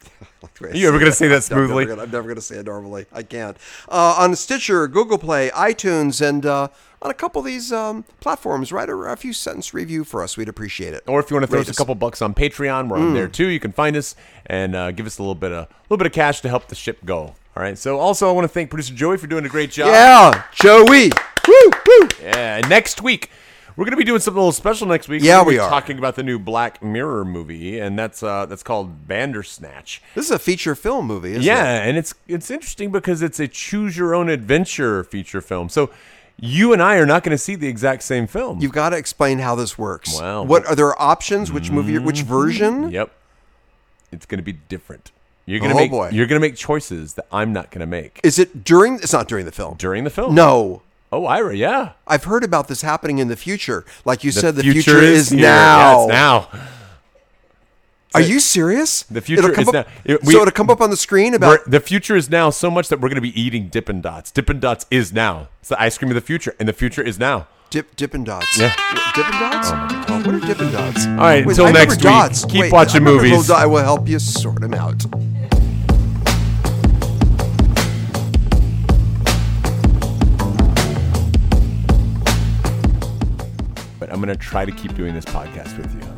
I like the way I Are say you ever going to say that I'm never smoothly? gonna- I'm never going to say it normally. I can't. Uh, on Stitcher, Google Play, iTunes, and uh, on a couple of these um, platforms, write a, a few sentence review for us. We'd appreciate it. or if you want to throw Rate us a us. Mm. couple bucks on Patreon, we're on there too. You can find us and uh, give us a little bit of little bit of cash to help the ship go. All right. So also, I want to thank producer Joey for doing a great job. Yeah, Joey. Woo, woo. Yeah, and next week We're going to be doing something a little special next week. Yeah, We're gonna we be are. talking about the new Black Mirror movie, and that's uh, that's called Bandersnatch. This is a feature film movie, isn't it? yeah, and it's it's interesting because it's a choose your own adventure feature film. So you and I are not going to see the exact same film. You've got to explain how this works. Wow. Mm-hmm. What are there options? Which movie? Which version? Yep. It's going to be different. You're going to Mm. Oh, make boy. you're going to make choices that I'm not going to make Is it during? It's not during the film. during the film. No. Oh, Ira, yeah. I've heard about this happening in the future. Like you said, the future is here. now. Yeah, it's now. Are you serious? The future It'll come is up, now. It- we- so it'll come up on the screen about. We're- the future is now so much that we're going to be eating Dippin' Dots. Dippin' Dots is now. It's the ice cream of the future, and the future is now. Dip, Dippin' Dots. Yeah. Oh Dippin' Dots? what are Dippin' Dots? All right, until next week, Dots. keep Wait, watching I remember movies. Little Dot. I will help you sort them out. But I'm going to try to keep doing this podcast with you.